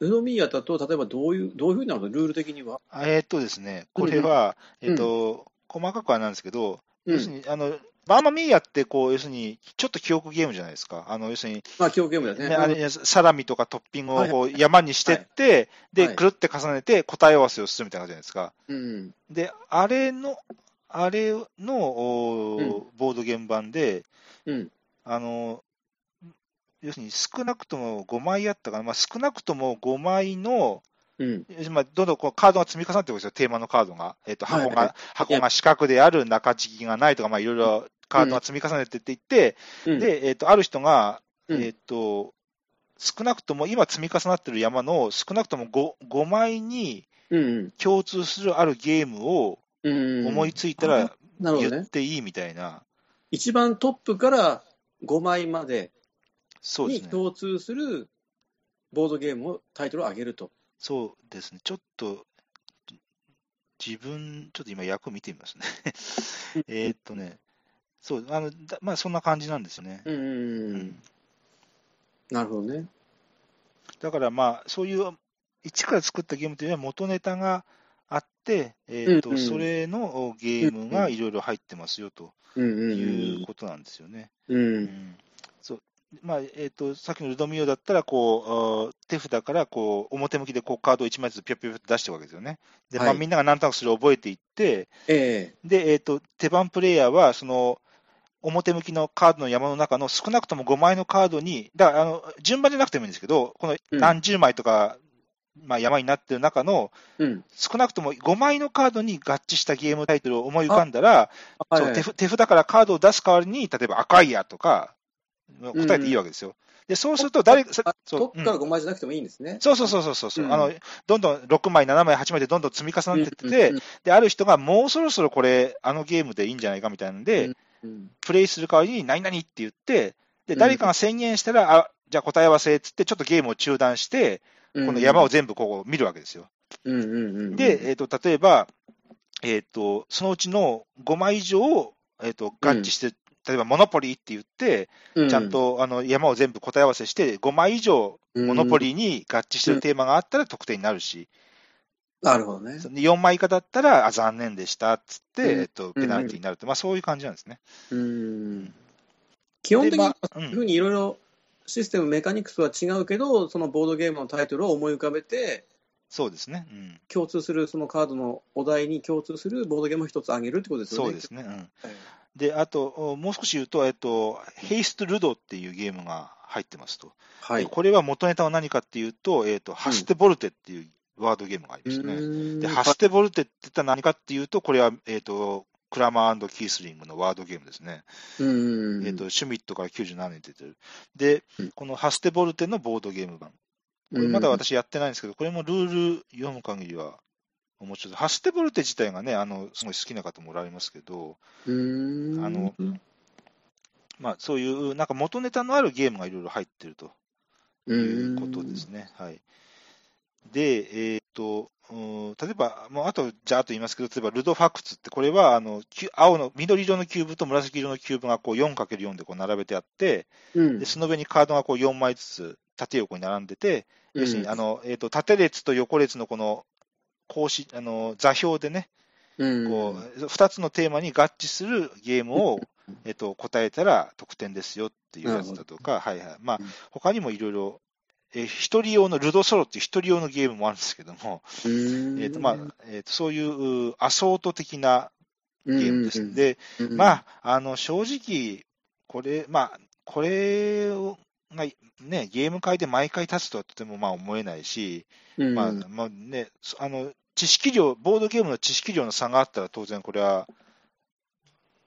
[SPEAKER 1] ルドミーヤだと、例えばどういう、どういうふうになるのルール的には。
[SPEAKER 2] えーっとですね、これは、
[SPEAKER 1] うん
[SPEAKER 2] えーっと、細かくはなんですけど、
[SPEAKER 1] う
[SPEAKER 2] 要する
[SPEAKER 1] ん。
[SPEAKER 2] に、あの、マーマミーヤって、こう、要するに、ちょっと記憶ゲームじゃないですか。あの、要するに、
[SPEAKER 1] まあ、記憶ゲームだよね。
[SPEAKER 2] ね、あれサラミとかトッピングをこう山にしてって、
[SPEAKER 1] は
[SPEAKER 2] で、
[SPEAKER 1] い
[SPEAKER 2] くるって重ねて答え合わせをするみたいな感じじゃないですか。
[SPEAKER 1] うん。
[SPEAKER 2] で、あれの、あれの、おーボードゲーム版で、
[SPEAKER 1] うん。
[SPEAKER 2] あの、要するに少なくとも5枚あったかな、まあ、少なくとも5枚の、
[SPEAKER 1] うん。
[SPEAKER 2] 要するにまあ、どんどんこうカードが積み重なっていくんですよ、テーマのカードが。えっと
[SPEAKER 1] はい
[SPEAKER 2] 箱が箱が四角である、中敷きがないとか、まあ、いろいろカードが積み重ねてっていって、
[SPEAKER 1] うん、
[SPEAKER 2] で、えっとある人が、
[SPEAKER 1] うん
[SPEAKER 2] えっと少なくとも今積み重なってる山の少なくとも 5, 5枚に
[SPEAKER 1] うん。
[SPEAKER 2] 共通するあるゲームを
[SPEAKER 1] うん。
[SPEAKER 2] 思いついたら
[SPEAKER 1] なるほど
[SPEAKER 2] 言っ
[SPEAKER 1] ね。
[SPEAKER 2] ていいみたいな、
[SPEAKER 1] 一番トップから5枚まで
[SPEAKER 2] そうです
[SPEAKER 1] に
[SPEAKER 2] ね。
[SPEAKER 1] 共通するボードゲームをタイトルを上げると。
[SPEAKER 2] そうですね、ちょっと、じ自分、ちょっと今、役見てみますね。 (laughs) えーっとね、そう、あの、だまあ、そんな感じなんですよね。
[SPEAKER 1] うんうん
[SPEAKER 2] う
[SPEAKER 1] うんん。なるほどね。
[SPEAKER 2] だから、まあ、そういう、一から作ったゲームというよりは、元ネタがあって、えーっと、
[SPEAKER 1] うんうん
[SPEAKER 2] それのおゲームがいろいろ入ってますよと
[SPEAKER 1] うんう
[SPEAKER 2] いうんことなんですよね。
[SPEAKER 1] うん。う
[SPEAKER 2] うんんそうまあえー、とさっきのルドミオだったらこう、あー手札からこう表向きでこうカードを1枚ずつピョピョピョって出していくわけですよね。で、まあ、
[SPEAKER 1] はい
[SPEAKER 2] みんながなんとなくそれを覚えていって、
[SPEAKER 1] ええ。
[SPEAKER 2] で、えー、と手番プレイヤーはその表向きのカードの山の中の少なくとも5枚のカードに、だからあの順番じゃなくてもいいんですけど、この
[SPEAKER 1] うん
[SPEAKER 2] 何十枚とか、まあ、山になってる中の
[SPEAKER 1] うん。
[SPEAKER 2] 少なくとも5枚のカードに合致したゲームタイトルを思い浮かんだら、
[SPEAKER 1] はい
[SPEAKER 2] そう手ふ手札からカードを出す代わりに、例えば赤いやとか、答えていいわけですよ。でそうすると誰そ
[SPEAKER 1] あ
[SPEAKER 2] そう
[SPEAKER 1] トップから
[SPEAKER 2] うん
[SPEAKER 1] 5枚じゃなくてもいいんですね。
[SPEAKER 2] そうそうそうそうそう、
[SPEAKER 1] うん
[SPEAKER 2] あの、どんどん6枚、7枚、8枚でどんどん積み重なってってて、
[SPEAKER 1] うんうん
[SPEAKER 2] で、ある人がもうそろそろこれ、あのゲームでいいんじゃないかみたいなんで、
[SPEAKER 1] うんうん
[SPEAKER 2] プレイする代わりに、何々って言って、
[SPEAKER 1] う
[SPEAKER 2] で、
[SPEAKER 1] ん
[SPEAKER 2] 誰かが宣言したら、あじゃあ答え合わせっつって、ちょっとゲームを中断して、
[SPEAKER 1] こ
[SPEAKER 2] この山を全部こう見るわけですよ。で、えー、と例えば、えーと、そのうちの5枚以上を、えー、と合致して、例えばモノポリーって言って、ちゃんとあの山を全部答え合わせして、5枚以上、モノポ
[SPEAKER 1] リ
[SPEAKER 2] リーに合致してるテーマがあったら得点になるし、
[SPEAKER 1] なるほどね。
[SPEAKER 2] 4枚以下だったら、あ残念でしたっつって、
[SPEAKER 1] うん
[SPEAKER 2] えー、とペナルティーになるって、まあ、そういう感じなんですね。
[SPEAKER 1] うん基本的に
[SPEAKER 2] で
[SPEAKER 1] は
[SPEAKER 2] ま
[SPEAKER 1] そ
[SPEAKER 2] あう
[SPEAKER 1] うい
[SPEAKER 2] ん
[SPEAKER 1] うふうにいろいろシステム、メカニクスは違うけど、そのボードゲームのタイトルを思い浮かべて、
[SPEAKER 2] そうですね、うん、
[SPEAKER 1] 共通するそのカードのお題に共通するボードゲームを一つあげるってことですよね。
[SPEAKER 2] そうですね、うん、
[SPEAKER 1] はい
[SPEAKER 2] であと、おもう少し言うと、えっと、ヘイスト・ルドっていうゲームが入ってますと、
[SPEAKER 1] はい。
[SPEAKER 2] でこれは元ネタは何かっていうと、えっとハステ・ボルテっていうワードゲームがありましたね。
[SPEAKER 1] う
[SPEAKER 2] で
[SPEAKER 1] ーん
[SPEAKER 2] ハステ・ボルテって言ったら何かっていうと、これは、えっとクラマーキースリングのワードゲームですね。
[SPEAKER 1] うん
[SPEAKER 2] えっとシュミットから97年出てる。で
[SPEAKER 1] うん、
[SPEAKER 2] このハステ・ボルテのボードゲーム版。これまだ私やってないんですけど、これもルール読む限りは面白い。ハステ・ボルテ自体がね、あのすごい好きな方もおられますけど、
[SPEAKER 1] うん
[SPEAKER 2] あのまあ、そういう、なんか元ネタのあるゲームがいろいろ入ってると
[SPEAKER 1] う
[SPEAKER 2] い
[SPEAKER 1] ん
[SPEAKER 2] うことですね。はい、で、えーっと、うーん例えば、もうあと、じゃあと言いますけど、例えば、ルドファクツって、これはあのきゅ青の緑色のキューブと紫色のキューブがこう 4×4 でこう並べてあって、
[SPEAKER 1] うん
[SPEAKER 2] でその上にカードがこう4枚ずつ縦横に並んでて、要するにあの、えーっと縦列と横列のこの格子あの座標でね、
[SPEAKER 1] うん
[SPEAKER 2] こう2つのテーマに合致するゲームを、えっと、答えたら得点ですよっていうやつだとか、はいはいまあ
[SPEAKER 1] うん、
[SPEAKER 2] 他にもいろいろ、え一人用のルドソロっていう一人用のゲームもあるんですけども、
[SPEAKER 1] うん
[SPEAKER 2] えっとまあえっとそういううアソート的な
[SPEAKER 1] ゲ
[SPEAKER 2] ゲームです。、で、まあ、あの正直、これ、まあ、これをが、ね、ゲーム会で毎回立つとはとてもまあ思えないし、
[SPEAKER 1] うん
[SPEAKER 2] まあまあね、そあの知識量、ボードゲームの知識量の差があったら、当然これは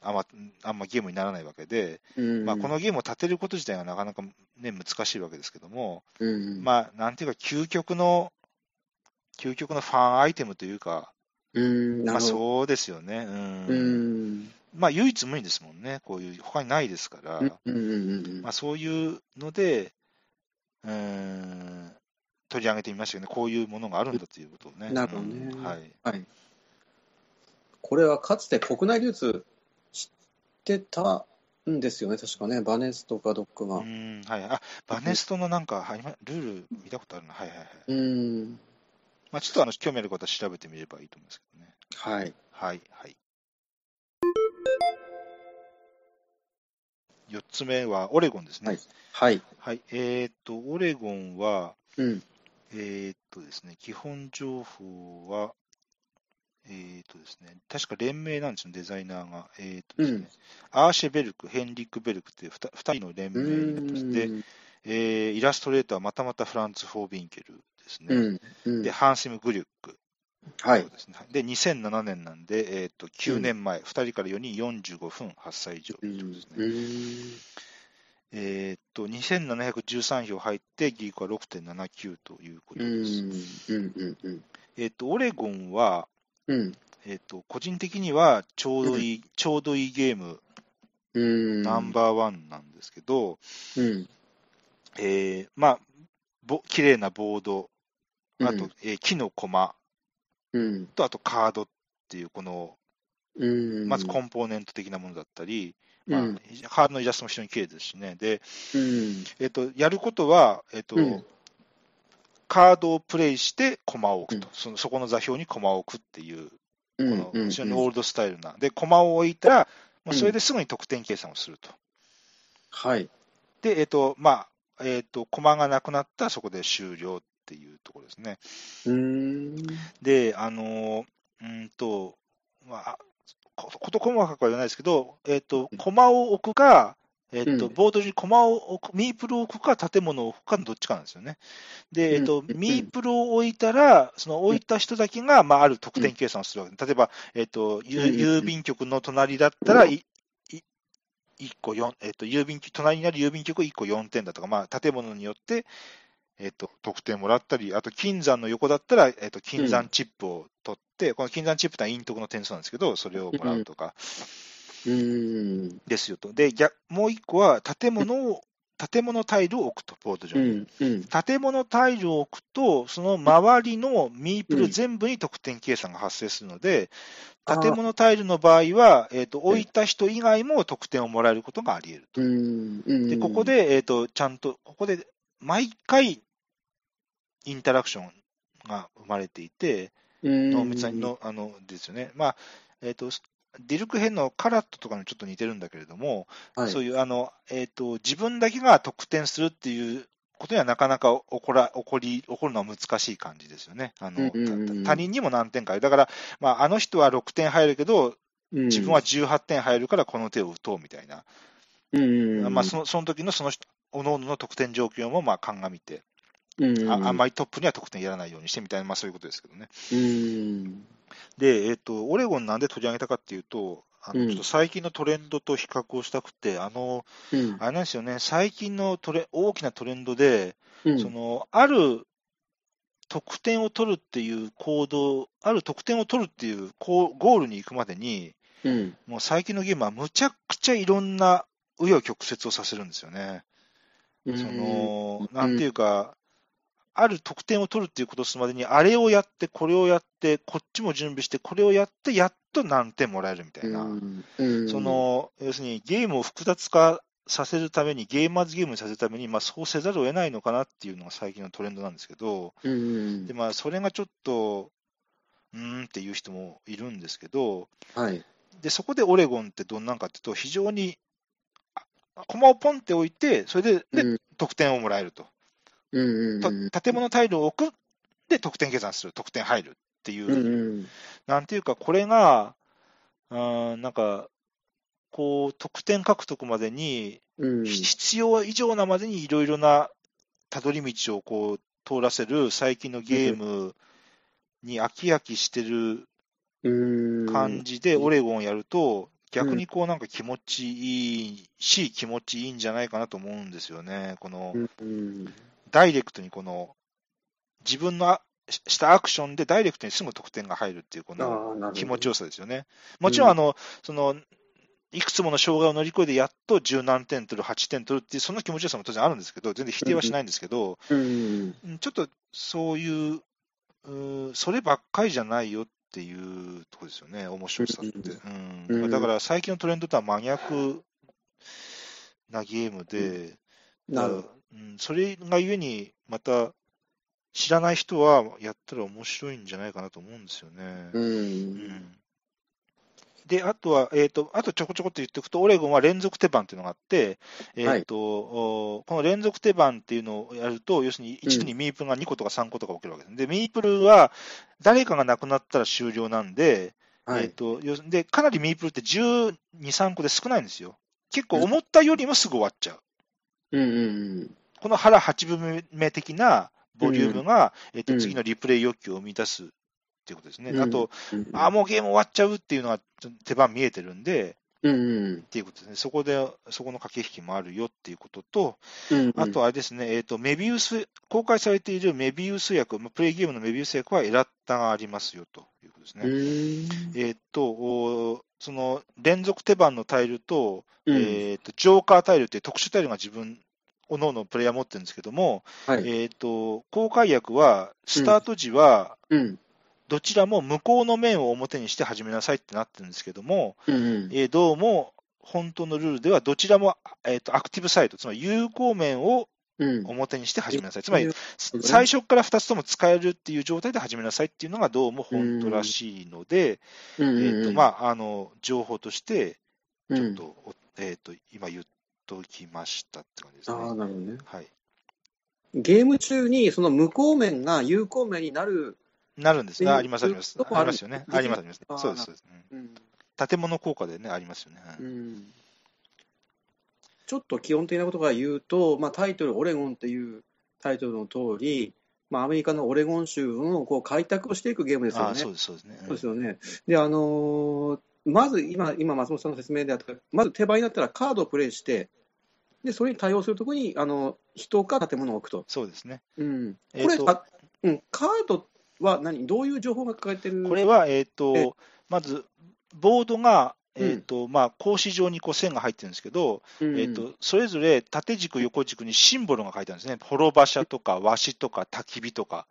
[SPEAKER 2] あん,、まあんまゲームにならないわけで、
[SPEAKER 1] うん
[SPEAKER 2] まあ、このゲームを立てること自体がなかなか、ね、難しいわけですけども、
[SPEAKER 1] うん
[SPEAKER 2] まあ、なんていうか、究極の、究極のファンアイテムというか、
[SPEAKER 1] うんな
[SPEAKER 2] ま
[SPEAKER 1] る
[SPEAKER 2] あ、
[SPEAKER 1] ほど
[SPEAKER 2] そうですよね、うん
[SPEAKER 1] うん
[SPEAKER 2] まあ、唯一無二ですもんね、こういう、他にないですから。
[SPEAKER 1] うんうんうん
[SPEAKER 2] まあ、そういうので、うーん、取り上げてみましたよね、こういうものがあるんだということをね。
[SPEAKER 1] なるほどね
[SPEAKER 2] うんはい、
[SPEAKER 1] はい、これはかつて国内流通してたんですよね、確かね、バネスとかドックが。
[SPEAKER 2] う
[SPEAKER 1] うん
[SPEAKER 2] はい、あバネストのなんか、はい、今ルール見たことあるな、はいはいはい。
[SPEAKER 1] ーん、
[SPEAKER 2] まあ、ちょっとあの興味ある方は調べてみればいいと思うんですけどね。
[SPEAKER 1] はい、
[SPEAKER 2] はいはい。4つ目はオレゴンですね。
[SPEAKER 1] は
[SPEAKER 2] はいい、
[SPEAKER 1] はい、
[SPEAKER 2] えーっと、オレゴンは、
[SPEAKER 1] うん、
[SPEAKER 2] えーっとですね、基本情報は、えーっとですね、確か連名なんですよ、デザイナーが。えーっとですね、
[SPEAKER 1] うん
[SPEAKER 2] アーシェベルク、ヘンリック・ベルクっていう 2, 人の連
[SPEAKER 1] う
[SPEAKER 2] 名になってますで、
[SPEAKER 1] ん、
[SPEAKER 2] えーイラストレーターはまたまたフランツ・フォービンケルです
[SPEAKER 1] う
[SPEAKER 2] ね。
[SPEAKER 1] ん、うん
[SPEAKER 2] で、、ハンセム・グリュック、
[SPEAKER 1] は
[SPEAKER 2] そ、
[SPEAKER 1] いう
[SPEAKER 2] ですね。で、2007年なんで、えーっと9年前、2人から4人45分、8歳以上と
[SPEAKER 1] う
[SPEAKER 2] い
[SPEAKER 1] ん
[SPEAKER 2] うことですね。
[SPEAKER 1] うーん
[SPEAKER 2] えーっと、2713票入って、ギークは6.79というこ
[SPEAKER 1] う
[SPEAKER 2] とです。
[SPEAKER 1] ん、うん、うん、うん、
[SPEAKER 2] えーっと、オレゴンは、
[SPEAKER 1] うん、
[SPEAKER 2] えっと、個人的にはちょうどいい、ちょうどいいゲーム、
[SPEAKER 1] うん、
[SPEAKER 2] ナンバーワンなんですけど、
[SPEAKER 1] うん、
[SPEAKER 2] えーまあ、ぼ綺麗なボード、あと、
[SPEAKER 1] うん
[SPEAKER 2] えー木の駒
[SPEAKER 1] うん、
[SPEAKER 2] と、あとカードっていう、この、
[SPEAKER 1] うん、
[SPEAKER 2] まずコンポーネント的なものだったり、
[SPEAKER 1] う
[SPEAKER 2] まあ
[SPEAKER 1] ん、
[SPEAKER 2] カードのイラストも非常に綺麗ですしね。で、
[SPEAKER 1] うん、
[SPEAKER 2] えっと、やることは、えっと、
[SPEAKER 1] うん
[SPEAKER 2] カードをプレイして駒を置くと、
[SPEAKER 1] う
[SPEAKER 2] そのそこの座標に駒を置くっていう、
[SPEAKER 1] こ
[SPEAKER 2] この非常にオールドスタイルな、で、駒を置いたら、もうそれですぐに得点計算をすると。
[SPEAKER 1] はい、
[SPEAKER 2] で、えっと、まあ、えっと、駒がなくなったらそこで終了っていうところですね。
[SPEAKER 1] うーん、
[SPEAKER 2] で、あの、うーんと、まあ、ことこと細かくは言わないですけど、えっと
[SPEAKER 1] うん、
[SPEAKER 2] 駒を置くか、えっと、
[SPEAKER 1] うん
[SPEAKER 2] ボードに駒を置く、ミープルを置くか、建物を置くかのどっちかなんですよね。で、えっと
[SPEAKER 1] う、ん
[SPEAKER 2] ミープルを置いたら、その置いた人だけが、まあ、ある得点計算をするわけで例えば、えっと、ゆ
[SPEAKER 1] うん
[SPEAKER 2] 郵便局の隣だったら、いい一個四えっと、郵便局、隣にある郵便局1個4点だとか、まあ、建物によって、えっと、得点もらったり、あと、金山の横だったら、えっと、金山チップを取って、この金山チップってのは陰徳の点数なんですけど、それをもらうとか
[SPEAKER 1] うーん、
[SPEAKER 2] ですよと。で、逆もう一個は、建物を、建物タイルを置くと、ボード上
[SPEAKER 1] う
[SPEAKER 2] に。
[SPEAKER 1] ん、うん。
[SPEAKER 2] 建物タイルを置くと、その周りのミープル全部に得点計算が発生するので、
[SPEAKER 1] あー
[SPEAKER 2] 建物タイルの場合は、えーと、置いた人以外も得点をもらえることがあり得ると。
[SPEAKER 1] うん、うん。
[SPEAKER 2] で、ここ、で、えーと、ちゃんと、ここで、毎回、インタラクションが生まれていて、濃
[SPEAKER 1] 濃
[SPEAKER 2] 密なの、あの、ですよね。まあ、えっ、と、ディルク編のカラットとかにちょっと似てるんだけれども、
[SPEAKER 1] はい、
[SPEAKER 2] そういうあの、えーと、自分だけが得点するっていうことにはなかなか起こら起こり起こるのは難しい感じですよね。あの
[SPEAKER 1] うんうんうん
[SPEAKER 2] た他人にも何点かある。だから、まあ、あの人は6点入るけど、
[SPEAKER 1] うん
[SPEAKER 2] 自分は、18点入るからこの手を打とうみたいな、
[SPEAKER 1] うんうんうん、
[SPEAKER 2] まあ、そのその時のその人、おのおのの得点状況もまあ鑑みて、
[SPEAKER 1] うんうん、
[SPEAKER 2] あ、あんまりトップには得点やらないようにしてみたいな、まあ、そういうことですけどね。
[SPEAKER 1] うん、
[SPEAKER 2] で、えっと、オレゴンなんで取り上げたかっていうと、あ
[SPEAKER 1] う
[SPEAKER 2] の
[SPEAKER 1] ん
[SPEAKER 2] ちょっと最近のトレンドと比較をしたくて、あの
[SPEAKER 1] うん
[SPEAKER 2] あれなんですよね、最近のトレ大きなトレンドで、
[SPEAKER 1] うん、
[SPEAKER 2] そのある得点を取るっていう行動、ある得点を取るっていうこうゴールに行くまでに、
[SPEAKER 1] うん、
[SPEAKER 2] もう最近のゲームはむちゃくちゃいろんな紆余曲折をさせるんですよね。
[SPEAKER 1] うん、
[SPEAKER 2] その
[SPEAKER 1] うん
[SPEAKER 2] なんていうか、ある得点を取るっていうことをするまでに、あれをやって、これをやって、こっちも準備して、これをやって、やっと何点もらえるみたいな。
[SPEAKER 1] うん、
[SPEAKER 2] その要するにゲームを複雑化させるために、ゲーマーズゲームにさせるために、まあ、そうせざるを得ないのかなっていうのが最近のトレンドなんですけど、
[SPEAKER 1] うん、うん
[SPEAKER 2] でまあ、それがちょっと、うーんっていう人もいるんですけど、
[SPEAKER 1] はい、
[SPEAKER 2] でそこでオレゴンってどんなんかっていうと、非常に、あ駒をポンって置いて、それでで
[SPEAKER 1] うん
[SPEAKER 2] 得点をもらえると、
[SPEAKER 1] うんうん
[SPEAKER 2] と
[SPEAKER 1] うん、
[SPEAKER 2] 建物タイルを置く、で得点計算する、得点入るっていう。
[SPEAKER 1] うんうん、
[SPEAKER 2] なんていうか、これが、うーん、なんか、こう、得点獲得までに、
[SPEAKER 1] うん、
[SPEAKER 2] ひ必要以上なまでにいろいろなたどり道をこう通らせる最近のゲームに飽き飽きしてる
[SPEAKER 1] うん、
[SPEAKER 2] 感じで
[SPEAKER 1] うん
[SPEAKER 2] オレゴンやると、逆にこうなんか気持ちいいし、気持ちいいんじゃないかなと思うんですよね。この
[SPEAKER 1] うんうん、
[SPEAKER 2] ダイレクトにこの自分のあししたアクションでダイレクトにすぐ得点が入るっていうこの
[SPEAKER 1] ああ、なるほど
[SPEAKER 2] 気持ちよさですよね。もちろ
[SPEAKER 1] う
[SPEAKER 2] ん、
[SPEAKER 1] ん
[SPEAKER 2] あの、その、いくつもの障害を乗り越えて、やっと十何点取る、8点取るっていう、その気持ちよさも当然あるんですけど、全然否定はしないんですけど、
[SPEAKER 1] うん、
[SPEAKER 2] うんちょっとそういう、うーそればっかりじゃないよっていうとこですよね、面白さって。
[SPEAKER 1] う
[SPEAKER 2] うんんだから最近のトレンドとは真逆なゲームで、
[SPEAKER 1] なるほど。
[SPEAKER 2] うん、それがゆえに、また、知らない人はやったら面白いんじゃないかなと思うんですよね。
[SPEAKER 1] うん、
[SPEAKER 2] で、あとは、えっ、と、あとちょこちょこって言っておくと、オレゴンは連続手番っていうのがあって、えっ、と、おこの連続手番っていうのをやると、要するに一度にミープルが2個とか3個とか起きるわけです。で、ミープルは誰かが亡くなったら終了なんで、
[SPEAKER 1] は
[SPEAKER 2] えっ、
[SPEAKER 1] い、
[SPEAKER 2] と、要するに、で、かなりミープルって12、3個で少ないんですよ。結構思ったよりもすぐ終わっちゃ
[SPEAKER 1] う
[SPEAKER 2] う。
[SPEAKER 1] ん、うん、
[SPEAKER 2] この腹8分目的なボリュームが、えっ、
[SPEAKER 1] う
[SPEAKER 2] と、
[SPEAKER 1] ん
[SPEAKER 2] 次のリプレイ欲求を生み出すっていうことですね。
[SPEAKER 1] うん
[SPEAKER 2] あと、
[SPEAKER 1] うん、
[SPEAKER 2] あもうゲーム終わっちゃうっていうのはちょっと手番見えてるんで、
[SPEAKER 1] うん、うん
[SPEAKER 2] っていうことですね、そこで、そこの駆け引きもあるよっていうことと、
[SPEAKER 1] うん、
[SPEAKER 2] あとあれですね、えっとメビウス、公開されているメビウス薬、まあプレイゲームのメビウス薬はエラッタがありますよということです
[SPEAKER 1] う
[SPEAKER 2] ね。
[SPEAKER 1] ん、
[SPEAKER 2] えっと、おその連続手番のタイルと、
[SPEAKER 1] うん、
[SPEAKER 2] えっとジョーカータイルっていう特殊タイルが自分、おのおのプレイヤー持ってるんですけども、
[SPEAKER 1] はい
[SPEAKER 2] えっと公開薬は、スタート時は、
[SPEAKER 1] うん、
[SPEAKER 2] どちらも向こうの面を表にして始めなさいってなってるんですけども、
[SPEAKER 1] うん、
[SPEAKER 2] えーどうも本当のルールではどちらも、えー、とアクティブサイト、つまり有効面を
[SPEAKER 1] うん、
[SPEAKER 2] 表にして始めなさい、つまり
[SPEAKER 1] ん
[SPEAKER 2] 最初から2つとも使えるっていう状態で始めなさいっていうのがどうも本当らしいので、
[SPEAKER 1] うん、
[SPEAKER 2] え
[SPEAKER 1] うん、
[SPEAKER 2] ーとまあ、あの情報として
[SPEAKER 1] あ、
[SPEAKER 2] ちょっと,、えー、と今言っときましたって感じですね。
[SPEAKER 1] ああ、なるほどね。
[SPEAKER 2] はい、
[SPEAKER 1] ゲーム中にその無効面が有効面になる、
[SPEAKER 2] なるんで
[SPEAKER 1] っ
[SPEAKER 2] す
[SPEAKER 1] てい
[SPEAKER 2] ね、
[SPEAKER 1] う
[SPEAKER 2] あります、あります
[SPEAKER 1] と。こあ
[SPEAKER 2] あり
[SPEAKER 1] る
[SPEAKER 2] ますよね。
[SPEAKER 1] できる
[SPEAKER 2] あります、あります。
[SPEAKER 1] あー
[SPEAKER 2] そうです、そうです。うん
[SPEAKER 1] うん
[SPEAKER 2] 建物効果でね、ありますよね。うん
[SPEAKER 1] うんちょっと基本的なことから言うと、まあ、タイトル、オレゴンっていうタイトルの通り、まあ、アメリカのオレゴン州のこう開拓をしていくゲームです
[SPEAKER 2] あ
[SPEAKER 1] よ
[SPEAKER 2] あ、
[SPEAKER 1] ね。
[SPEAKER 2] そ
[SPEAKER 1] そうう
[SPEAKER 2] です、そうですね。うん
[SPEAKER 1] ですよね。で、あのーまず今、今松本さんの説明であった、まず手番になったらカードをプレイして、でそれに対応するところにあの人か建物を置くと。
[SPEAKER 2] そうですね。
[SPEAKER 1] うん、こ
[SPEAKER 2] え
[SPEAKER 1] れ、
[SPEAKER 2] ーと
[SPEAKER 1] あうん、カードは何、どういう情報が書かれてる
[SPEAKER 2] これは、えっ、
[SPEAKER 1] え
[SPEAKER 2] と、まず、ボードが
[SPEAKER 1] うん
[SPEAKER 2] えっとまあ、格子状にこう線が入ってるんですけど、
[SPEAKER 1] うん
[SPEAKER 2] えっとそれぞれ縦軸、横軸にシンボルが書いてあるんですね、滅場所とか和紙とか焚き火とか、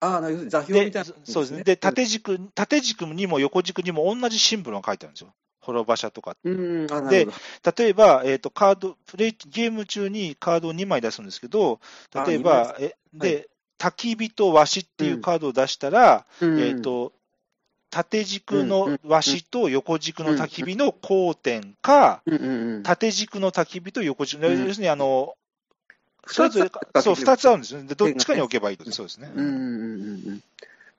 [SPEAKER 1] ああ、なるほど、座標み
[SPEAKER 2] で
[SPEAKER 1] たいな、
[SPEAKER 2] そうですねで縦軸縦軸にも横軸にも同じシンボルが書いてあるんですよ、滅場所とか。
[SPEAKER 1] うん、あなるほど。
[SPEAKER 2] 例えば、えっとカードプレイゲーム中にカードを2枚出すんですけど、例えば、え
[SPEAKER 1] 枚
[SPEAKER 2] で焚き火と和紙っていうカードを出したら、
[SPEAKER 1] うん
[SPEAKER 2] えー、と縦
[SPEAKER 1] う
[SPEAKER 2] 軸
[SPEAKER 1] んう
[SPEAKER 2] の
[SPEAKER 1] ん
[SPEAKER 2] 和紙と横軸の焚き火の交点か、
[SPEAKER 1] うんうんうん、
[SPEAKER 2] 縦軸の焚き火と横軸の、
[SPEAKER 1] うん
[SPEAKER 2] 要するにあの、
[SPEAKER 1] 二つ
[SPEAKER 2] それぞれ
[SPEAKER 1] あった
[SPEAKER 2] そう
[SPEAKER 1] っていう
[SPEAKER 2] 2つあるんですよね、でどっちかに置けばいいと、そうですね。
[SPEAKER 1] うんうんうんうん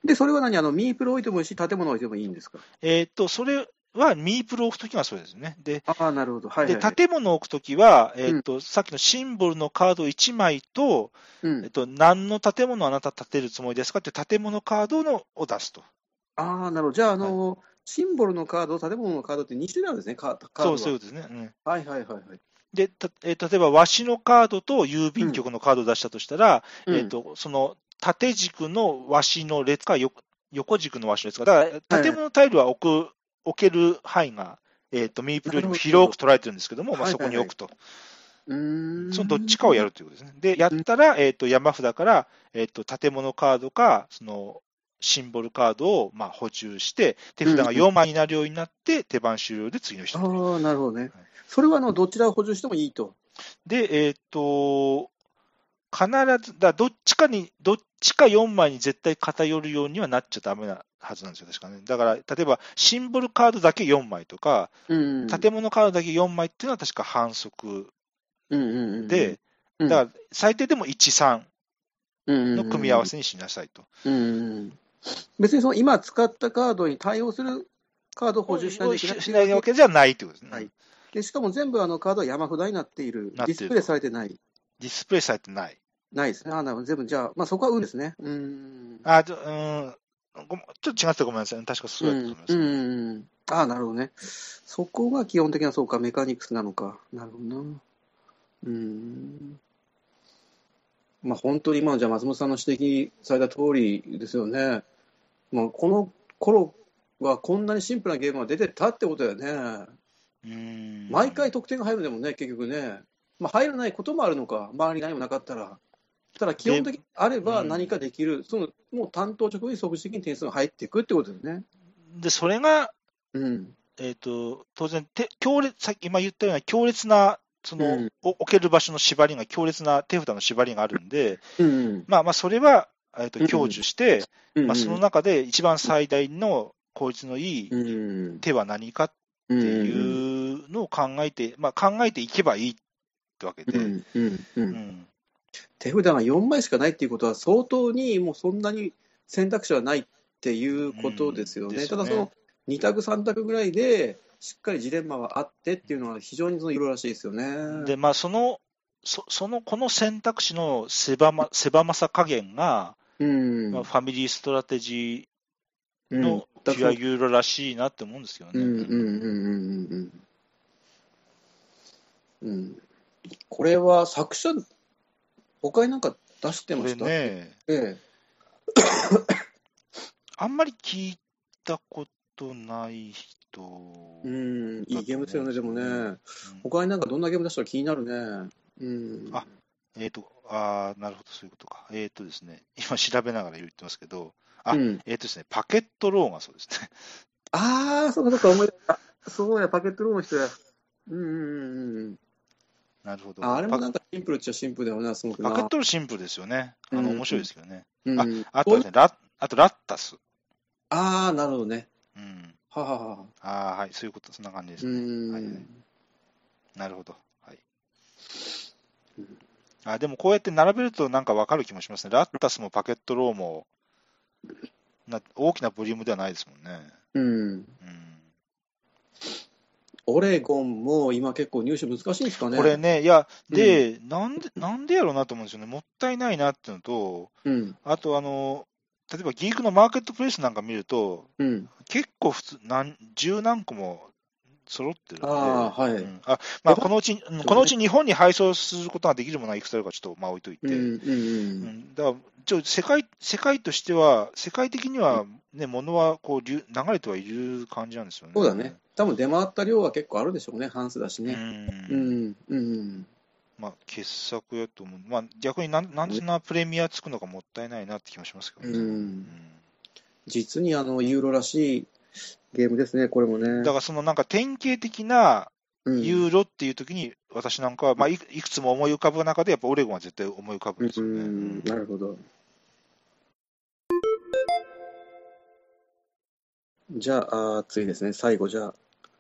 [SPEAKER 1] で、それは何あの、ミープル置いてもいいし、建物置いてもいいんですか
[SPEAKER 2] えー、とそれはミープルを置くときはそうですよね。で
[SPEAKER 1] ああ、なるほど。はい、はい
[SPEAKER 2] で
[SPEAKER 1] はい。
[SPEAKER 2] 建物を置くときは、えーとさっきのシンボルのカード1枚と,、
[SPEAKER 1] うん
[SPEAKER 2] えー、と、何の建物をあなた建てるつもりですかって建物カードのを出すと、
[SPEAKER 1] ああ、なるほど。じゃあ、あの、シンボルのカード、建物のカードって2種類あるんですね、カカードは。
[SPEAKER 2] そうそういうことですね。うん
[SPEAKER 1] はいはいはいはい。
[SPEAKER 2] で、たえー例えば、わしのカードと郵便局のカードを出したとしたら、
[SPEAKER 1] うん
[SPEAKER 2] えー、とその縦軸のわしの列か横、横軸のわしの列か、だから建物タイルは置く、置ける範囲が、えー、とミープルよりも広く捉えてるんですけども、まあ、
[SPEAKER 1] はい
[SPEAKER 2] そ
[SPEAKER 1] はいは
[SPEAKER 2] こ
[SPEAKER 1] い
[SPEAKER 2] に置くと、
[SPEAKER 1] うーん。
[SPEAKER 2] そのどっちかをや
[SPEAKER 1] る。
[SPEAKER 2] るということですね。で、やったら、えー、と山札から、えー、と建物カードか、そのシンボルカードをまあ補充して、手札が4枚になるようになって、手番終了で次の人。
[SPEAKER 1] ああ、なるほどね。それは、あの、どちらを補充してもいいと。
[SPEAKER 2] で、えっ、と、必ず、だどっちかに、どっちか4枚に絶対偏るようにはなっちゃダメなはずなんですよ、確かね。だから、例えば、シンボルカードだけ4枚とか、
[SPEAKER 1] うん。
[SPEAKER 2] 建物カードだけ4枚っていうのは確か反則
[SPEAKER 1] うんうんうん、
[SPEAKER 2] で、
[SPEAKER 1] うん、
[SPEAKER 2] だから、最低でも1、3
[SPEAKER 1] の
[SPEAKER 2] の組み合わせにしなさいと。
[SPEAKER 1] うんうんうん別にその今使ったカードに対応するカードを補充しないといけない
[SPEAKER 2] しないわけじゃないということですね。
[SPEAKER 1] はいでしかも全部あのカードは山札になっている、
[SPEAKER 2] なっ
[SPEAKER 1] デ
[SPEAKER 2] ている
[SPEAKER 1] ィスプレイされてない、
[SPEAKER 2] ディスプレイされてない。
[SPEAKER 1] ないですね、あなるほど全部じゃあ、まあ、そこは運ですね。うん
[SPEAKER 2] あ、ちょ、うーん。ごめんちょっと違ってごめんなさい。確かそうだったと思います。
[SPEAKER 1] うんうんうんああ、なるほどね。そこが基本的な、そうか、メカニクスなのか。なるほどな。うん。まあ、本当に今のじゃあ松本さんの指摘された通りですよね。まあ、この頃はこんなにシンプルなゲームが出てたってことだよね。
[SPEAKER 2] うーん
[SPEAKER 1] 毎回得点が入るんだもんね、結局ね。まあ、入らないこともあるのか、周りに何もなかったら。ただ、基本的にあれば
[SPEAKER 2] うん
[SPEAKER 1] 何かできる、そのもう担当直後に即時的に点数が入っていくってことだよね。
[SPEAKER 2] で、それが、
[SPEAKER 1] うん。
[SPEAKER 2] えー、と当然て強烈、さっき今言ったような強烈なその、
[SPEAKER 1] うん
[SPEAKER 2] お置ける場所の縛りが、強烈な手札の縛りがあるんで、
[SPEAKER 1] うん。
[SPEAKER 2] まあ、まあそれは、えー、
[SPEAKER 1] う
[SPEAKER 2] と
[SPEAKER 1] ん
[SPEAKER 2] 享受して、まあ、その
[SPEAKER 1] っ
[SPEAKER 2] 中で一番最大の効率のいい
[SPEAKER 1] てい
[SPEAKER 2] 手は何かっ
[SPEAKER 1] う
[SPEAKER 2] ていうのを考えて、まあ、考えていけばいいってわけで、
[SPEAKER 1] んうんう
[SPEAKER 2] うん
[SPEAKER 1] ん手札が4枚しかないっていうことは、相当にもうそんなに選択肢はないっていうことですよ
[SPEAKER 2] うん
[SPEAKER 1] ね。
[SPEAKER 2] です
[SPEAKER 1] た
[SPEAKER 2] よね
[SPEAKER 1] だ、その2択、3択ぐらいで、しっかりジレンマがあってっていうのは、非常にその色々らしいですよね。
[SPEAKER 2] でまあ、そのそそのこの選択肢の狭ま狭まさ加減が、
[SPEAKER 1] うん
[SPEAKER 2] まあ、ファミリーストラテジ
[SPEAKER 1] う
[SPEAKER 2] ー
[SPEAKER 1] ん
[SPEAKER 2] の
[SPEAKER 1] だ
[SPEAKER 2] ピュアユーロらしいなって思うんですけど
[SPEAKER 1] う
[SPEAKER 2] ね。
[SPEAKER 1] んうんうんうんうんうんうんこれは作者、他になんか出してま
[SPEAKER 2] これ
[SPEAKER 1] した、
[SPEAKER 2] ね、
[SPEAKER 1] ええ
[SPEAKER 2] あんまり聞いたことない人、
[SPEAKER 1] うん、いいゲームですよね、でもね。
[SPEAKER 2] うん
[SPEAKER 1] 他になんかどんなゲーム出したら気になるね。うん。
[SPEAKER 2] あえっ、と、ああ、なるほど、そういうことか。えっ、とですね、今調べながら言ってますけど、あ
[SPEAKER 1] うん、
[SPEAKER 2] えっ、とですね、パケットローンがそうですね。 (laughs)
[SPEAKER 1] あー、そうかそうか、思い出した。そうや、パケットローンの人や。うんうんうんうん。
[SPEAKER 2] なるほど。
[SPEAKER 1] ああれもな
[SPEAKER 2] パ
[SPEAKER 1] んかシンプルっちゃシンプルだよな、すごくな。
[SPEAKER 2] パケットローンシンプルですよね。あの、
[SPEAKER 1] うん
[SPEAKER 2] 面白いですけどね。
[SPEAKER 1] うん、
[SPEAKER 2] あとはね、ラあとラッタス。
[SPEAKER 1] あー、なるほどね。
[SPEAKER 2] うん。
[SPEAKER 1] はははは。
[SPEAKER 2] ああ、はい、そういうこと、そんな感じです
[SPEAKER 1] う
[SPEAKER 2] ね。
[SPEAKER 1] ん。
[SPEAKER 2] はいはいなるほど。はい
[SPEAKER 1] うん。
[SPEAKER 2] あでもこうやって並べるとなんか分かる気もしますね。ラッタスもパケットローもな大きなボリュームではないですもんね。
[SPEAKER 1] うん。
[SPEAKER 2] うん
[SPEAKER 1] オレゴンも今結構入手難しいんですかね。
[SPEAKER 2] これね、いや、で、なんで、なんでやろうなと思うんですよね。もったいないなっていうのと、
[SPEAKER 1] うん。
[SPEAKER 2] あと、あの、例えばギークのマーケットプレイスなんか見ると、
[SPEAKER 1] うん。
[SPEAKER 2] 結構普通、なん十何個も揃ってるんで、
[SPEAKER 1] あーはい
[SPEAKER 2] うんあまあ、このうち、うんこのうち日本に配送することができるものはいくつあるかちょっとまあ置いといて、
[SPEAKER 1] うん。う。
[SPEAKER 2] うんんだからちょ世界、世界としては、世界的には、ね、ものはこう流流れてはいる感じなんですよね。
[SPEAKER 1] そうだね。多分出回った量は結構あるでしょうね、ハンスだし
[SPEAKER 2] う。
[SPEAKER 1] ね。うんん、うん、
[SPEAKER 2] まあ、傑作やと思う。まあ、逆になん、なんでそんなプレミアつくのがもったいないなって気もしますけ
[SPEAKER 1] う
[SPEAKER 2] どね。
[SPEAKER 1] ん。実にあの、ユーロらしいゲームですね、これも
[SPEAKER 2] うん
[SPEAKER 1] ね
[SPEAKER 2] だ。から、そのなんか典型的な
[SPEAKER 1] うん
[SPEAKER 2] ユーロっていう時に、私なんかは、まあ、いくいくつも思い浮かぶ中で、やっぱオレゴンは絶対思い浮かぶんです
[SPEAKER 1] う
[SPEAKER 2] よね。
[SPEAKER 1] ん、なるほど。じゃあ、あー次ですね、最後、じゃあ、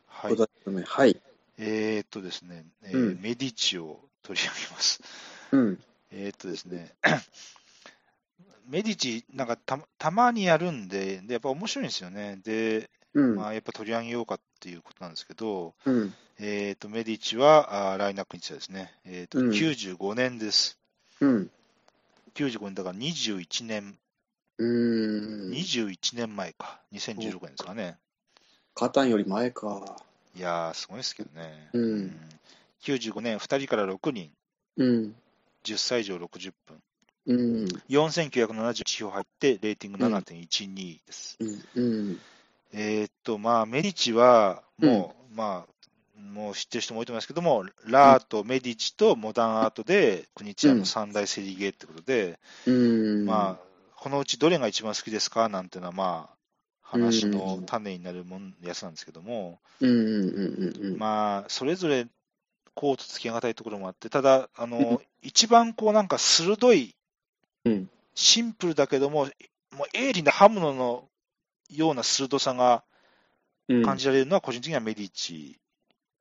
[SPEAKER 2] はい。
[SPEAKER 1] はい、はい、
[SPEAKER 2] えーっとですね、えー
[SPEAKER 1] うん
[SPEAKER 2] メディチを取り上げます。
[SPEAKER 1] (laughs) うん、
[SPEAKER 2] えーっとですね、 (coughs) メディチ、なんかたたまにやるんでで、やっぱ面白いんですよね。で、
[SPEAKER 1] うん、
[SPEAKER 2] まあ、やっぱ取り上げようかっていうことなんですけど、
[SPEAKER 1] うん、
[SPEAKER 2] えーっとメディチはあーラインナップについてですね、えーっと
[SPEAKER 1] うん
[SPEAKER 2] 95年です。
[SPEAKER 1] うん、
[SPEAKER 2] 95年だから21年、
[SPEAKER 1] うん、
[SPEAKER 2] 21年前か、2016年ですかね。
[SPEAKER 1] カタンより前か。
[SPEAKER 2] いやー、すごいですけどね。
[SPEAKER 1] うん
[SPEAKER 2] 95年、2人から6人、
[SPEAKER 1] うん、
[SPEAKER 2] 10歳以上60分。
[SPEAKER 1] うん、
[SPEAKER 2] 4971票入って、レーティング7.12です。
[SPEAKER 1] うん、うん、
[SPEAKER 2] えーっと、まあ、メディチは、もう、まあ、もう知ってる人も多いと思いますけども、ラート、メディチとモダンアートで、国チアの三大セリゲーってことで、
[SPEAKER 1] うん、
[SPEAKER 2] まあ、このうちどれが一番好きですかなんていうのは、まあ、話の種になるもん、やつなんですけども、
[SPEAKER 1] うん、うん、うん、うん、
[SPEAKER 2] まあ、それぞれ、こうとつきがたいところもあって、ただ、あの、一番こう、なんか鋭い
[SPEAKER 1] うん、
[SPEAKER 2] シンプルだけども、もう鋭利な刃物のような鋭さが
[SPEAKER 1] うん、
[SPEAKER 2] 感じられるのは、個人的にはメディチ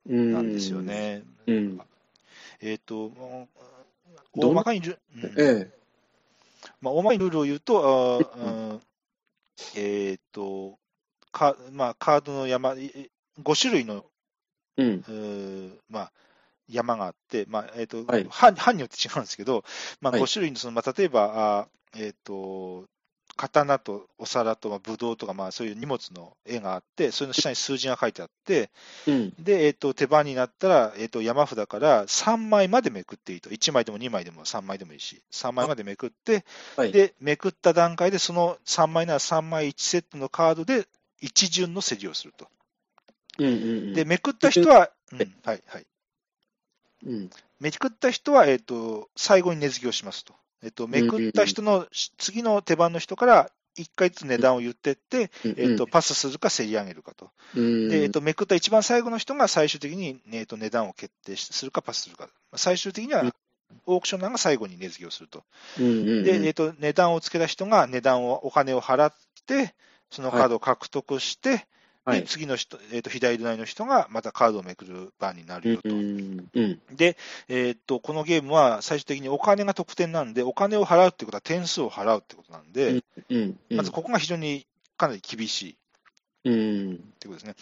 [SPEAKER 2] なんですよ。ね。
[SPEAKER 1] うん、
[SPEAKER 2] えっ、と、もう
[SPEAKER 1] どん
[SPEAKER 2] 大まかにル、うん
[SPEAKER 1] ええ、
[SPEAKER 2] まあ、大まかにルールを言うと、あーうんえっ、と、かまあ、カードの山、5種類の、
[SPEAKER 1] うん、
[SPEAKER 2] うーまあ、山があって、まあえっと
[SPEAKER 1] はい
[SPEAKER 2] 班班によって違うんですけど、まあ、
[SPEAKER 1] はい
[SPEAKER 2] 5種類のその、まあ、例えば、あーえっと刀とお皿とまあぶどうとか、まあ、そういう荷物の絵があって、それの下に数字が書いてあって、
[SPEAKER 1] うん、
[SPEAKER 2] でえっと手番になったら、えっと山札から3枚までめくっていいと、1枚でも2枚でも3枚でもいいし、3枚までめくって、
[SPEAKER 1] はい。
[SPEAKER 2] でめくった段階で、その3枚なら3枚1セットのカードで一巡の競りをすると。
[SPEAKER 1] うん、うん、
[SPEAKER 2] で、めくった人は、うん
[SPEAKER 1] え
[SPEAKER 2] はいはい、
[SPEAKER 1] うん、
[SPEAKER 2] めくった人は、えっと最後に値付けをしますと。えっとめくった人のし次の手番の人から1回ずつ値段を言ってって、えっとパスするか競り上げるかと。
[SPEAKER 1] うん、
[SPEAKER 2] でえっとめくった一番最後の人が最終的に、えっと値段を決定するかパスするか。最終的に
[SPEAKER 1] う
[SPEAKER 2] は
[SPEAKER 1] ん
[SPEAKER 2] オークショナーが最後に値付けをすると。
[SPEAKER 1] うん、うん、
[SPEAKER 2] で、えっと値段をつけた人が値段をお金を払って、そのカードを獲得して、
[SPEAKER 1] は
[SPEAKER 2] で
[SPEAKER 1] い。
[SPEAKER 2] 次の人、えっと左隣の人がまたカードをめくる番にな
[SPEAKER 1] う
[SPEAKER 2] るよ
[SPEAKER 1] ん、
[SPEAKER 2] と。
[SPEAKER 1] うん、うん、
[SPEAKER 2] で、えーっと、このゲームは最終的にお金が得点なんで、お金を払うってことは点数を払うってことなんで、
[SPEAKER 1] うん、
[SPEAKER 2] まずここが非常にかなり厳しい
[SPEAKER 1] う
[SPEAKER 2] っ
[SPEAKER 1] ん、
[SPEAKER 2] てことですね。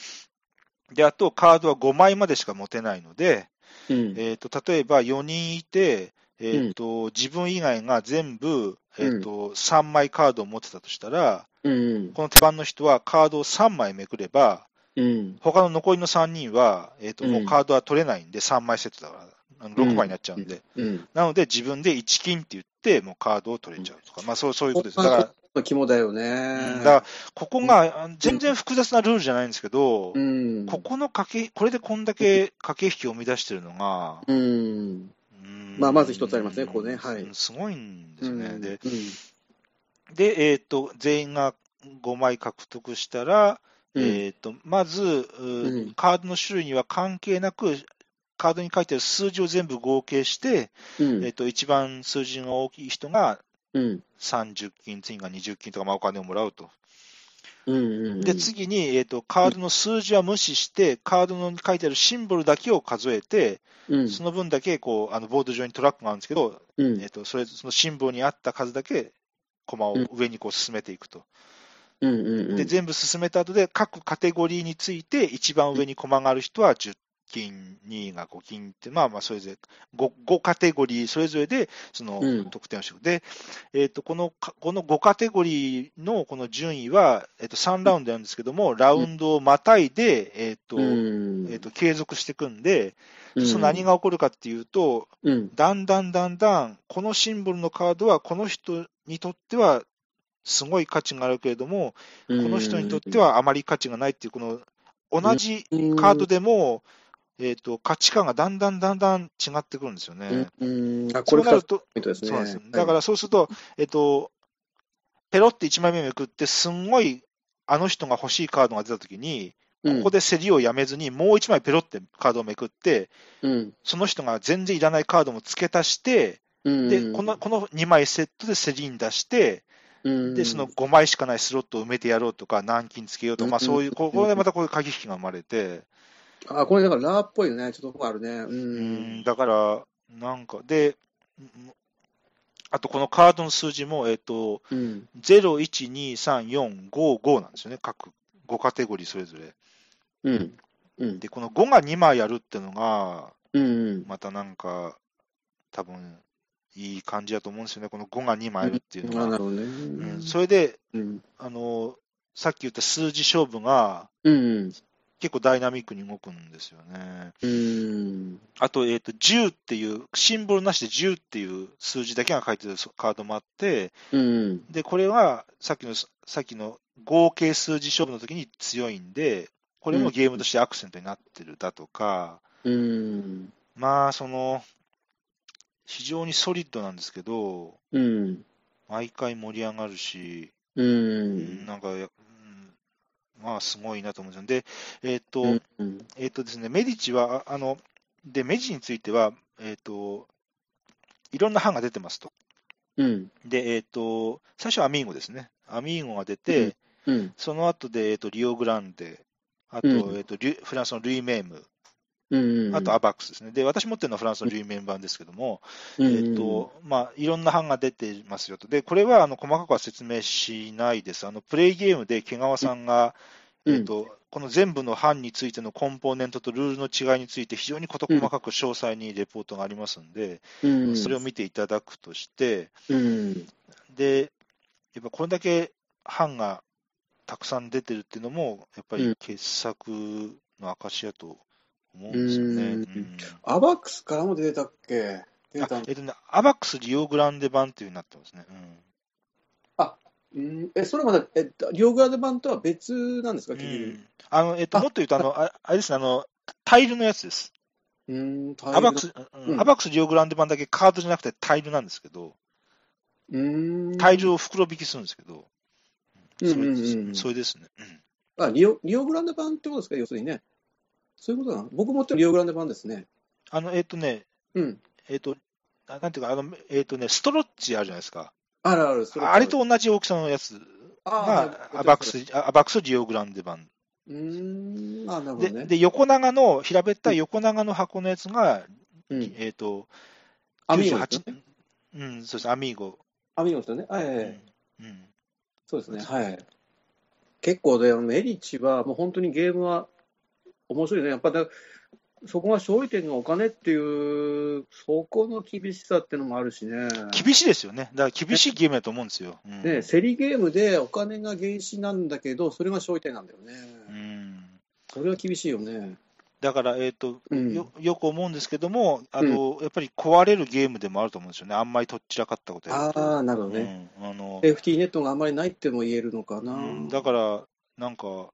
[SPEAKER 2] で、あと、カードは5枚までしか持てないので、
[SPEAKER 1] うん、
[SPEAKER 2] えーっと、例えば4人いて、えーっと、自分以外が全部、えーっと、3枚カードを持ってたとしたら、
[SPEAKER 1] うん、
[SPEAKER 2] この手番の人はカードを3枚めくれば、
[SPEAKER 1] うん、
[SPEAKER 2] 他の残りの3人は、えーっと、もううんカードは取れないんで、3枚セットだから、あの6枚になっちゃうんで、
[SPEAKER 1] うん。
[SPEAKER 2] なので、自分で1金って言って、もうカードを取れちゃうとか、まあそうそういうことです。だ
[SPEAKER 1] ここ
[SPEAKER 2] か
[SPEAKER 1] が
[SPEAKER 2] ら、
[SPEAKER 1] ちょっと肝だよ
[SPEAKER 2] うん
[SPEAKER 1] ね。
[SPEAKER 2] だからここがあの全然複雑なルールじゃないんですけど、
[SPEAKER 1] うん。
[SPEAKER 2] ここの駆け、これでこんだけ駆け引きを生み出してるのが、
[SPEAKER 1] うん。
[SPEAKER 2] うん
[SPEAKER 1] まあまず一つありますねここねはい
[SPEAKER 2] うんすごいんですよね。
[SPEAKER 1] うん
[SPEAKER 2] で、でえっと、全員が5枚獲得したら、
[SPEAKER 1] うん
[SPEAKER 2] えっと、まず、う
[SPEAKER 1] うん
[SPEAKER 2] カードの種類には関係なく、カードに書いてある数字を全部合計して、
[SPEAKER 1] うん。
[SPEAKER 2] えっと、一番数字が大きい人が
[SPEAKER 1] うん。
[SPEAKER 2] 30金、次が20金とか、まあ、お金をもらうと。
[SPEAKER 1] うん。
[SPEAKER 2] で、次に、えー、とカードの数字は無視して、カードの書いてあるシンボルだけを数えて、
[SPEAKER 1] うん。
[SPEAKER 2] その分だけこうあのボード上にトラックがあるんですけど、
[SPEAKER 1] うん
[SPEAKER 2] えー、とそれそのシンボルに合った数だけ、駒を
[SPEAKER 1] うん
[SPEAKER 2] 上にこう進めていくと。
[SPEAKER 1] うん。うん。
[SPEAKER 2] で、全部進めた後で、各カテゴリーについて、一番上に駒がある人は10金、2位が5金って、まあまあ、それぞれ 5, カテゴリー、それぞれでその
[SPEAKER 1] うん
[SPEAKER 2] 得点をしていく。で、えーとこのか、この5カテゴリーのこの順位は、えー、と3ラウンドなんですけども、ラウンドをまたいで、えーと
[SPEAKER 1] うん。
[SPEAKER 2] えー、と継続していくんで、その何が起こるかっていうと、
[SPEAKER 1] うん。
[SPEAKER 2] だんだんだんだん、このシンボルのカードは、この人にとっては、すごい価値があるけれども、
[SPEAKER 1] こ
[SPEAKER 2] この人にとって、はあまり価値がないっていう、この同じ
[SPEAKER 1] うん
[SPEAKER 2] カードでも、えっと価値観がだんだんだんだん違ってくるんですよね。
[SPEAKER 1] うん、あこ
[SPEAKER 2] そ
[SPEAKER 1] れ
[SPEAKER 2] うな
[SPEAKER 1] 2
[SPEAKER 2] る
[SPEAKER 1] つ
[SPEAKER 2] と、
[SPEAKER 1] ポイントですね。
[SPEAKER 2] そうなんですよ
[SPEAKER 1] はい
[SPEAKER 2] だからそうすると、えっと、ペロって1枚目めくって、すんごいあの人が欲しいカードが出たときに、
[SPEAKER 1] う
[SPEAKER 2] こ
[SPEAKER 1] ん
[SPEAKER 2] こで競りをやめずに、もう1枚ペロってカードをめくって、
[SPEAKER 1] うん
[SPEAKER 2] その人が全然いらないカードも付け足して、
[SPEAKER 1] うん、
[SPEAKER 2] でこのこの2枚セットで競りに出して、
[SPEAKER 1] うん、
[SPEAKER 2] でその5枚しかないスロットを埋めてやろうとか、軟禁つけようとか、まあ、
[SPEAKER 1] うん
[SPEAKER 2] そういう、ここでまたこういう駆け引きが生まれて、
[SPEAKER 1] あこれだからラーっぽいよね、ちょっとここあるね。う
[SPEAKER 2] うんん、だから、なんか、で、うんあとこのカードの数字も、えっと、
[SPEAKER 1] うん
[SPEAKER 2] 0、1、2、3、4、5、5なんですよね、各5カテゴリーそれぞれ。
[SPEAKER 1] うんうん
[SPEAKER 2] で、この5が2枚あるってのが、
[SPEAKER 1] うん
[SPEAKER 2] またなんか、多分いい感じだと思うんですよね、この5が2枚あるっていう
[SPEAKER 1] あ
[SPEAKER 2] の
[SPEAKER 1] な
[SPEAKER 2] が。
[SPEAKER 1] るほどね。
[SPEAKER 2] うん、それで
[SPEAKER 1] うん
[SPEAKER 2] あの、さっき言った数字勝負が
[SPEAKER 1] うん
[SPEAKER 2] 結構ダイナミックに動くんですよね。
[SPEAKER 1] うん
[SPEAKER 2] あと、えっと10っていう、シンボルなしで10っていう数字だけが書いてるカードもあって、
[SPEAKER 1] うん
[SPEAKER 2] で、これはさっきの、さっきの合計数字勝負の時に強いんで、これもゲームとしてアクセントになってるだとか、
[SPEAKER 1] うん
[SPEAKER 2] まあ、その、非常にソリッドなんですけど、
[SPEAKER 1] うん
[SPEAKER 2] 毎回盛り上がるし、
[SPEAKER 1] う
[SPEAKER 2] うん
[SPEAKER 1] ん
[SPEAKER 2] なんか、うんまあ、すごいなと思うんですよ。で、えっ、と、
[SPEAKER 1] うん
[SPEAKER 2] えっ、とですね、メディチは、ああの、で、メディチについては、えっ、と、いろんな版が出てますと。
[SPEAKER 1] うん
[SPEAKER 2] で、えっ、と、最初はアミーゴですね。アミーゴが出て、
[SPEAKER 1] うんうん
[SPEAKER 2] その後で、えっとリオグランデ、あと,、
[SPEAKER 1] うん
[SPEAKER 2] えっとリュフランスのルイ・メーム、
[SPEAKER 1] うん
[SPEAKER 2] あとアバックスですね。で、私持ってるのはフランスのルイ・メーム版ですけども、
[SPEAKER 1] うん
[SPEAKER 2] えっ、と、まあ、いろんな版が出てますよと。で、これはあの細かくは説明しないです。あの、プレイゲームで毛川さんが、
[SPEAKER 1] うん
[SPEAKER 2] えっ、と、この全部の版についてのコンポーネントとルールの違いについて非常に事細かく詳細にレポートがありますんで、
[SPEAKER 1] うん
[SPEAKER 2] それを見ていただくとして、
[SPEAKER 1] うん
[SPEAKER 2] で、やっぱこれだけ版がたくさん出てるっていうのも、やっぱ
[SPEAKER 1] う
[SPEAKER 2] り
[SPEAKER 1] ん
[SPEAKER 2] 傑作の証だと思うんですよね。
[SPEAKER 1] う
[SPEAKER 2] うんん
[SPEAKER 1] アバックスからも出たっけ出
[SPEAKER 2] あ
[SPEAKER 1] たの
[SPEAKER 2] えっとね、アバックスリオグランデ版っていうようになってますね。
[SPEAKER 1] うんえ、それまだ、えっと、両側の版とは別なんです
[SPEAKER 2] う
[SPEAKER 1] か、基
[SPEAKER 2] ん
[SPEAKER 1] 準。
[SPEAKER 2] あのえっと、
[SPEAKER 1] あ
[SPEAKER 2] もっと言うとあのあ、あれですねあの、タイルのやつです。
[SPEAKER 1] うん、タイル
[SPEAKER 2] アバックス、うん
[SPEAKER 1] うん
[SPEAKER 2] アバックスリオグランデ版だけカードじゃなくてタイルなんですけど、
[SPEAKER 1] うん。
[SPEAKER 2] タイルを袋引きするんですけど、
[SPEAKER 1] うん
[SPEAKER 2] それ
[SPEAKER 1] うんうんうん
[SPEAKER 2] それですね。
[SPEAKER 1] あリオ、リオグランデ版ってことですか、要するにね。そういうことなの僕持ってるリオグランデ版ですね。
[SPEAKER 2] あの、えっとね、
[SPEAKER 1] うん。
[SPEAKER 2] えっと、あなんていうか、あの、えっとね、ストロッチあるじゃないですか。
[SPEAKER 1] あるある、それ
[SPEAKER 2] あれと同じ大きさのやつ
[SPEAKER 1] あ
[SPEAKER 2] が
[SPEAKER 1] あ、
[SPEAKER 2] アバック。ス、あアバックスリオグランデ版。
[SPEAKER 1] うーん、あなるほ
[SPEAKER 2] で、
[SPEAKER 1] どね。
[SPEAKER 2] で横長の、平べったい横長の箱のやつが、
[SPEAKER 1] うん、
[SPEAKER 2] えっ、と、
[SPEAKER 1] アミーゴです
[SPEAKER 2] 98
[SPEAKER 1] よね。
[SPEAKER 2] うん、そうです、アミーゴ。
[SPEAKER 1] アミーゴですよね。はいはいはい、
[SPEAKER 2] うんうん
[SPEAKER 1] そうですね。はい。結構で、エリチは、もう本当にゲームは面白いね。やっぱだ、そこが勝利点がお金っていう、そこの厳しさってのもあるしね。
[SPEAKER 2] 厳しいですよね。だから厳しいゲームだと思うんですよ。うん
[SPEAKER 1] ね、競りゲームでお金が原資なんだけど、それが勝利点なんだよね。
[SPEAKER 2] うん
[SPEAKER 1] それは厳しいよね。
[SPEAKER 2] だから、えっ、と、
[SPEAKER 1] うん
[SPEAKER 2] よ、よく思うんですけども、あの、やっぱり壊れるゲームでもあると思うんですよね。あんまりとっちらかったことや
[SPEAKER 1] あ
[SPEAKER 2] ると。
[SPEAKER 1] あ、なるほど
[SPEAKER 2] う
[SPEAKER 1] ね。
[SPEAKER 2] ん、あの、
[SPEAKER 1] FT ネットがあんまりないっても言えるのかな。
[SPEAKER 2] うんだから、なんか、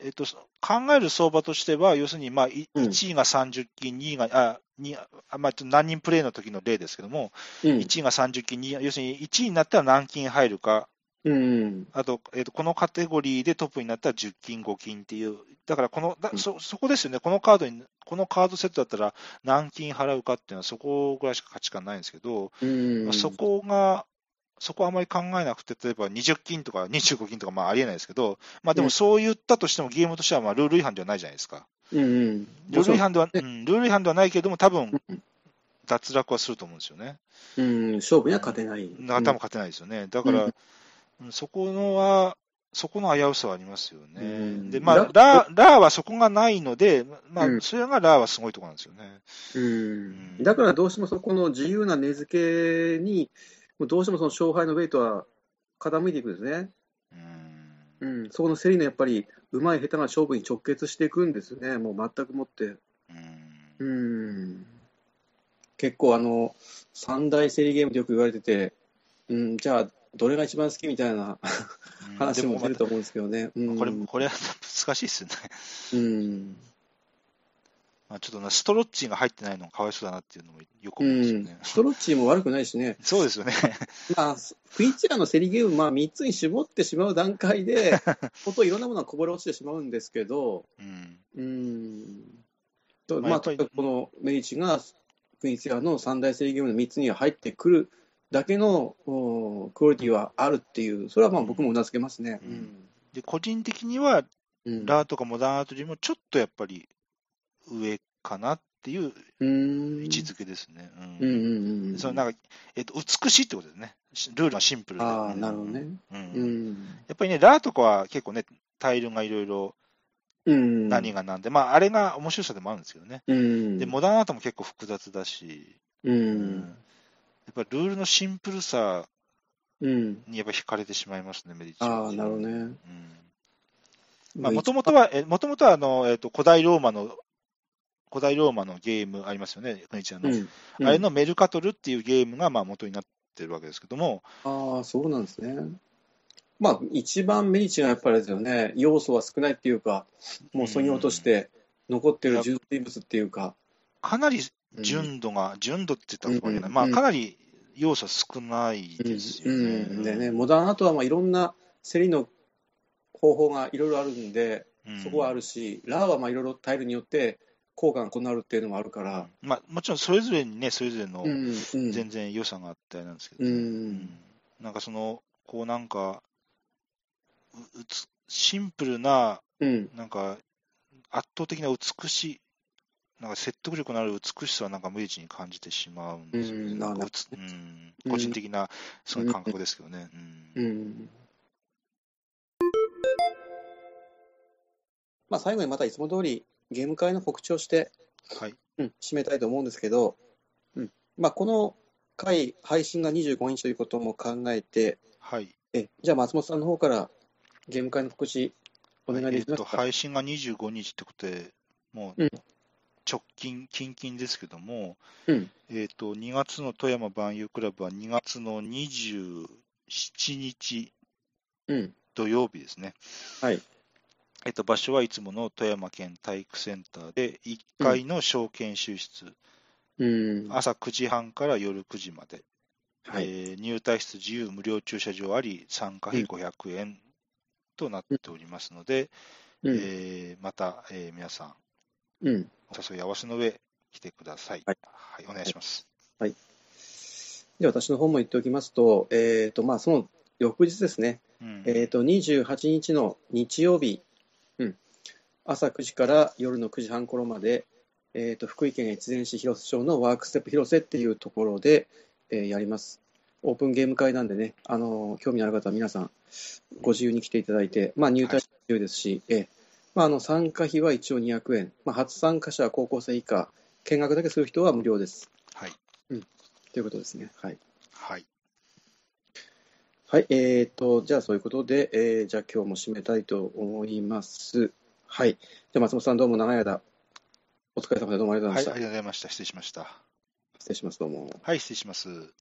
[SPEAKER 2] えっと、そ考える相場としては、要するに、まあ、い
[SPEAKER 1] うん
[SPEAKER 2] 1位が30金、2位が、あ、にあまあ、ちょっと何人プレイの時の例ですけども、
[SPEAKER 1] うん、
[SPEAKER 2] 1位が30金、2位が、要するに1位になったら何金入るか、
[SPEAKER 1] うん、
[SPEAKER 2] あと、えっと、このカテゴリーでトップになったら10金、5金っていう、だからこのだ
[SPEAKER 1] うん
[SPEAKER 2] そ、そこですよね、このカードに、このカードセットだったら何金払うかっていうのは、そこぐらいしか価値観ないんですけど、
[SPEAKER 1] うん、
[SPEAKER 2] そこが、そこはあまり考えなくて、例えば20金とか25金とかまあありえないですけど、まあ、で
[SPEAKER 1] う
[SPEAKER 2] も
[SPEAKER 1] ん
[SPEAKER 2] そう言ったとしても、ゲームとしてはまあルール違反ではないじゃないですか。
[SPEAKER 1] うん、うん、
[SPEAKER 2] ルール違反では、
[SPEAKER 1] ね
[SPEAKER 2] うん、ルール違反ではないけれども、多分
[SPEAKER 1] うん
[SPEAKER 2] 脱落はすると思うんですよね。
[SPEAKER 1] うん、勝負には勝てない。
[SPEAKER 2] な多分勝てないですよね。だか
[SPEAKER 1] う
[SPEAKER 2] ら、うんそこのは、そこの危うさはありますよ
[SPEAKER 1] うん
[SPEAKER 2] ね。で、まあ、
[SPEAKER 1] だ
[SPEAKER 2] ラーラーはそこがないので、ま
[SPEAKER 1] うん
[SPEAKER 2] あ、それがラーはすごいところなんですよね。
[SPEAKER 1] うん、だからどうしてもそこの自由な根付けに、もうどうしてもその勝敗のウェイトは傾いていくんですね、
[SPEAKER 2] うん
[SPEAKER 1] うん、そこの競りのやっぱり、うまい下手な勝負に直結していくんですよね、もう全くもって。
[SPEAKER 2] うん
[SPEAKER 1] うん、結構あの、三大競りゲームでよく言われてて、うん、じゃあ、どれが一番好きみたいな
[SPEAKER 2] うん
[SPEAKER 1] 話
[SPEAKER 2] で
[SPEAKER 1] も
[SPEAKER 2] も
[SPEAKER 1] 出ると思うんですけどね。うん
[SPEAKER 2] これ、これは難しいっすね。
[SPEAKER 1] う
[SPEAKER 2] (laughs)
[SPEAKER 1] ん。
[SPEAKER 2] まあ、ちょっとな、ストロッチが入ってないのがかわいそうだなっていうのもよく
[SPEAKER 1] う
[SPEAKER 2] 思うんですよ
[SPEAKER 1] ん
[SPEAKER 2] ね。。
[SPEAKER 1] ストロッチも悪くないしね。
[SPEAKER 2] (laughs) そうですよね。
[SPEAKER 1] まあ、クイーンチェアのセリゲーム、まあ、3つに絞ってしまう段階
[SPEAKER 2] (laughs)
[SPEAKER 1] で、本当いろんなものがこぼれ落ちてしまうんですけど、
[SPEAKER 2] うん。
[SPEAKER 1] うん。と
[SPEAKER 2] まあ
[SPEAKER 1] ま
[SPEAKER 2] や
[SPEAKER 1] あ、
[SPEAKER 2] っぱ
[SPEAKER 1] と
[SPEAKER 2] り
[SPEAKER 1] にかくこのメイチがクイーンチェアの三大セリゲームの3つには入ってくるだけのおークオリティはあるっていう、それはまあ僕もうなずけますね。
[SPEAKER 2] うんで、個人的には、
[SPEAKER 1] うん。
[SPEAKER 2] ラーとかモダンアートよりもちょっとやっぱり上かなっていう
[SPEAKER 1] うん。
[SPEAKER 2] 位置づけですね。うん
[SPEAKER 1] うんうんうんうん。
[SPEAKER 2] そのなんか、えっと、美しいってことですね。しルールがシンプルで。
[SPEAKER 1] ああ、なるほどね。
[SPEAKER 2] うん。
[SPEAKER 1] う
[SPEAKER 2] や
[SPEAKER 1] ん。
[SPEAKER 2] っぱりね、ラーとかは結構ね、タイルがいろいろ
[SPEAKER 1] うん。
[SPEAKER 2] 何がなんで、まあ、あれが面白さでもあるんですけどね。
[SPEAKER 1] うん。
[SPEAKER 2] で、モダンアートも結構複雑だし、
[SPEAKER 1] う
[SPEAKER 2] うん
[SPEAKER 1] ん。
[SPEAKER 2] やっぱりルールのシンプルさ
[SPEAKER 1] うん。
[SPEAKER 2] にやっぱ惹かれてしまいますね、メディチは
[SPEAKER 1] ああ、なるほどね。
[SPEAKER 2] うんまあ、もともとは、えもともとはあの、えっと古代ローマの、古代ローマのゲームありますよね、国ちゃんの。
[SPEAKER 1] うん
[SPEAKER 2] あれのメルカトルっていうゲームがまあ元になってるわけですけども、
[SPEAKER 1] ああ、そうなんですね。まあ、一番メリッチがやっぱりあれですよね、要素は少ないっていうか、もうそぎ落として残ってる純粋物っていうか、
[SPEAKER 2] かなり
[SPEAKER 1] うん
[SPEAKER 2] 純度が、純度って言ったらおかしいな
[SPEAKER 1] うん
[SPEAKER 2] まあ、
[SPEAKER 1] うん
[SPEAKER 2] かなり要素は少ないですよね。
[SPEAKER 1] うんでね、モダンアートはまあいろんな競りの方法がいろいろあるんで、
[SPEAKER 2] うん
[SPEAKER 1] そこはあるし、ラーはまあいろいろタイルによって効果が異なるっていうのもあるから、
[SPEAKER 2] まあ、もちろんそれぞれにね、それぞれの
[SPEAKER 1] うん、うん、
[SPEAKER 2] 全然良さがあったりなんですけど、
[SPEAKER 1] う、
[SPEAKER 2] うんなんかその、こうなんか、ううつシンプルな、
[SPEAKER 1] うん、
[SPEAKER 2] なんか圧倒的な美しい、なんか説得力のある美しさはなんか無理に感じてしまうんですよね。
[SPEAKER 1] うん
[SPEAKER 2] なんか
[SPEAKER 1] な
[SPEAKER 2] うつうん
[SPEAKER 1] うん
[SPEAKER 2] 個人的なその感覚ですけどね。うん
[SPEAKER 1] うん。まあ、最後にまたいつも通りゲーム会の告知をして、
[SPEAKER 2] はい。
[SPEAKER 1] うん、締めたいと思うんですけど、うんまあ、この回、配信が25日ということも考えて、
[SPEAKER 2] はい。
[SPEAKER 1] えじゃあ松本さんの方からゲーム会の告知、お願い
[SPEAKER 2] え
[SPEAKER 1] で
[SPEAKER 2] っ
[SPEAKER 1] きま
[SPEAKER 2] と、
[SPEAKER 1] すか。
[SPEAKER 2] 配信が25日ってことで、も
[SPEAKER 1] う
[SPEAKER 2] うん直近、近々ですけども、
[SPEAKER 1] うん
[SPEAKER 2] えっと、2月の富山万有クラブは2月の27日
[SPEAKER 1] うん
[SPEAKER 2] 土曜日ですね。
[SPEAKER 1] はい。
[SPEAKER 2] えっと、場所はいつもの富山県体育センターで、1階の小研修室、
[SPEAKER 1] うん
[SPEAKER 2] 朝9時半から夜9時まで、
[SPEAKER 1] はい
[SPEAKER 2] えー入退室自由、無料駐車場あり、参加費500円となっておりますので、
[SPEAKER 1] うん
[SPEAKER 2] えーまた、えー皆さん、
[SPEAKER 1] うん
[SPEAKER 2] お誘い合わせの上、来てください。は
[SPEAKER 1] はい
[SPEAKER 2] い、お願いします。
[SPEAKER 1] で私の方も言っておきますと、えーとまあ、その翌日ですね、
[SPEAKER 2] うん
[SPEAKER 1] えー、と28日の日曜日、うん、朝9時から夜の9時半頃まで、えー、と福井県越前市広瀬町のワークステップ広瀬っていうところで、えーやります。オープンゲーム会なんでね、あのー興味のある方は皆さん、ご自由に来ていただいて、まあ、入
[SPEAKER 2] は
[SPEAKER 1] 隊自由ですし、えーまあ、あの参加費は一応200円、まあ、初参加者は高校生以下、見学だけする人は無料です
[SPEAKER 2] はい。
[SPEAKER 1] ということですね。はい
[SPEAKER 2] はい。
[SPEAKER 1] はい、えーと、じゃあそういうことで、えーじゃあ今日も締めたいと思います。はい。じゃあ松本さんどうも長い間、お疲れ様でどうもありがとう
[SPEAKER 2] はい、あ
[SPEAKER 1] ござ
[SPEAKER 2] り
[SPEAKER 1] いま
[SPEAKER 2] が
[SPEAKER 1] した。
[SPEAKER 2] とうございました。失礼しました。
[SPEAKER 1] 失礼します、どうも。
[SPEAKER 2] はい、失礼します。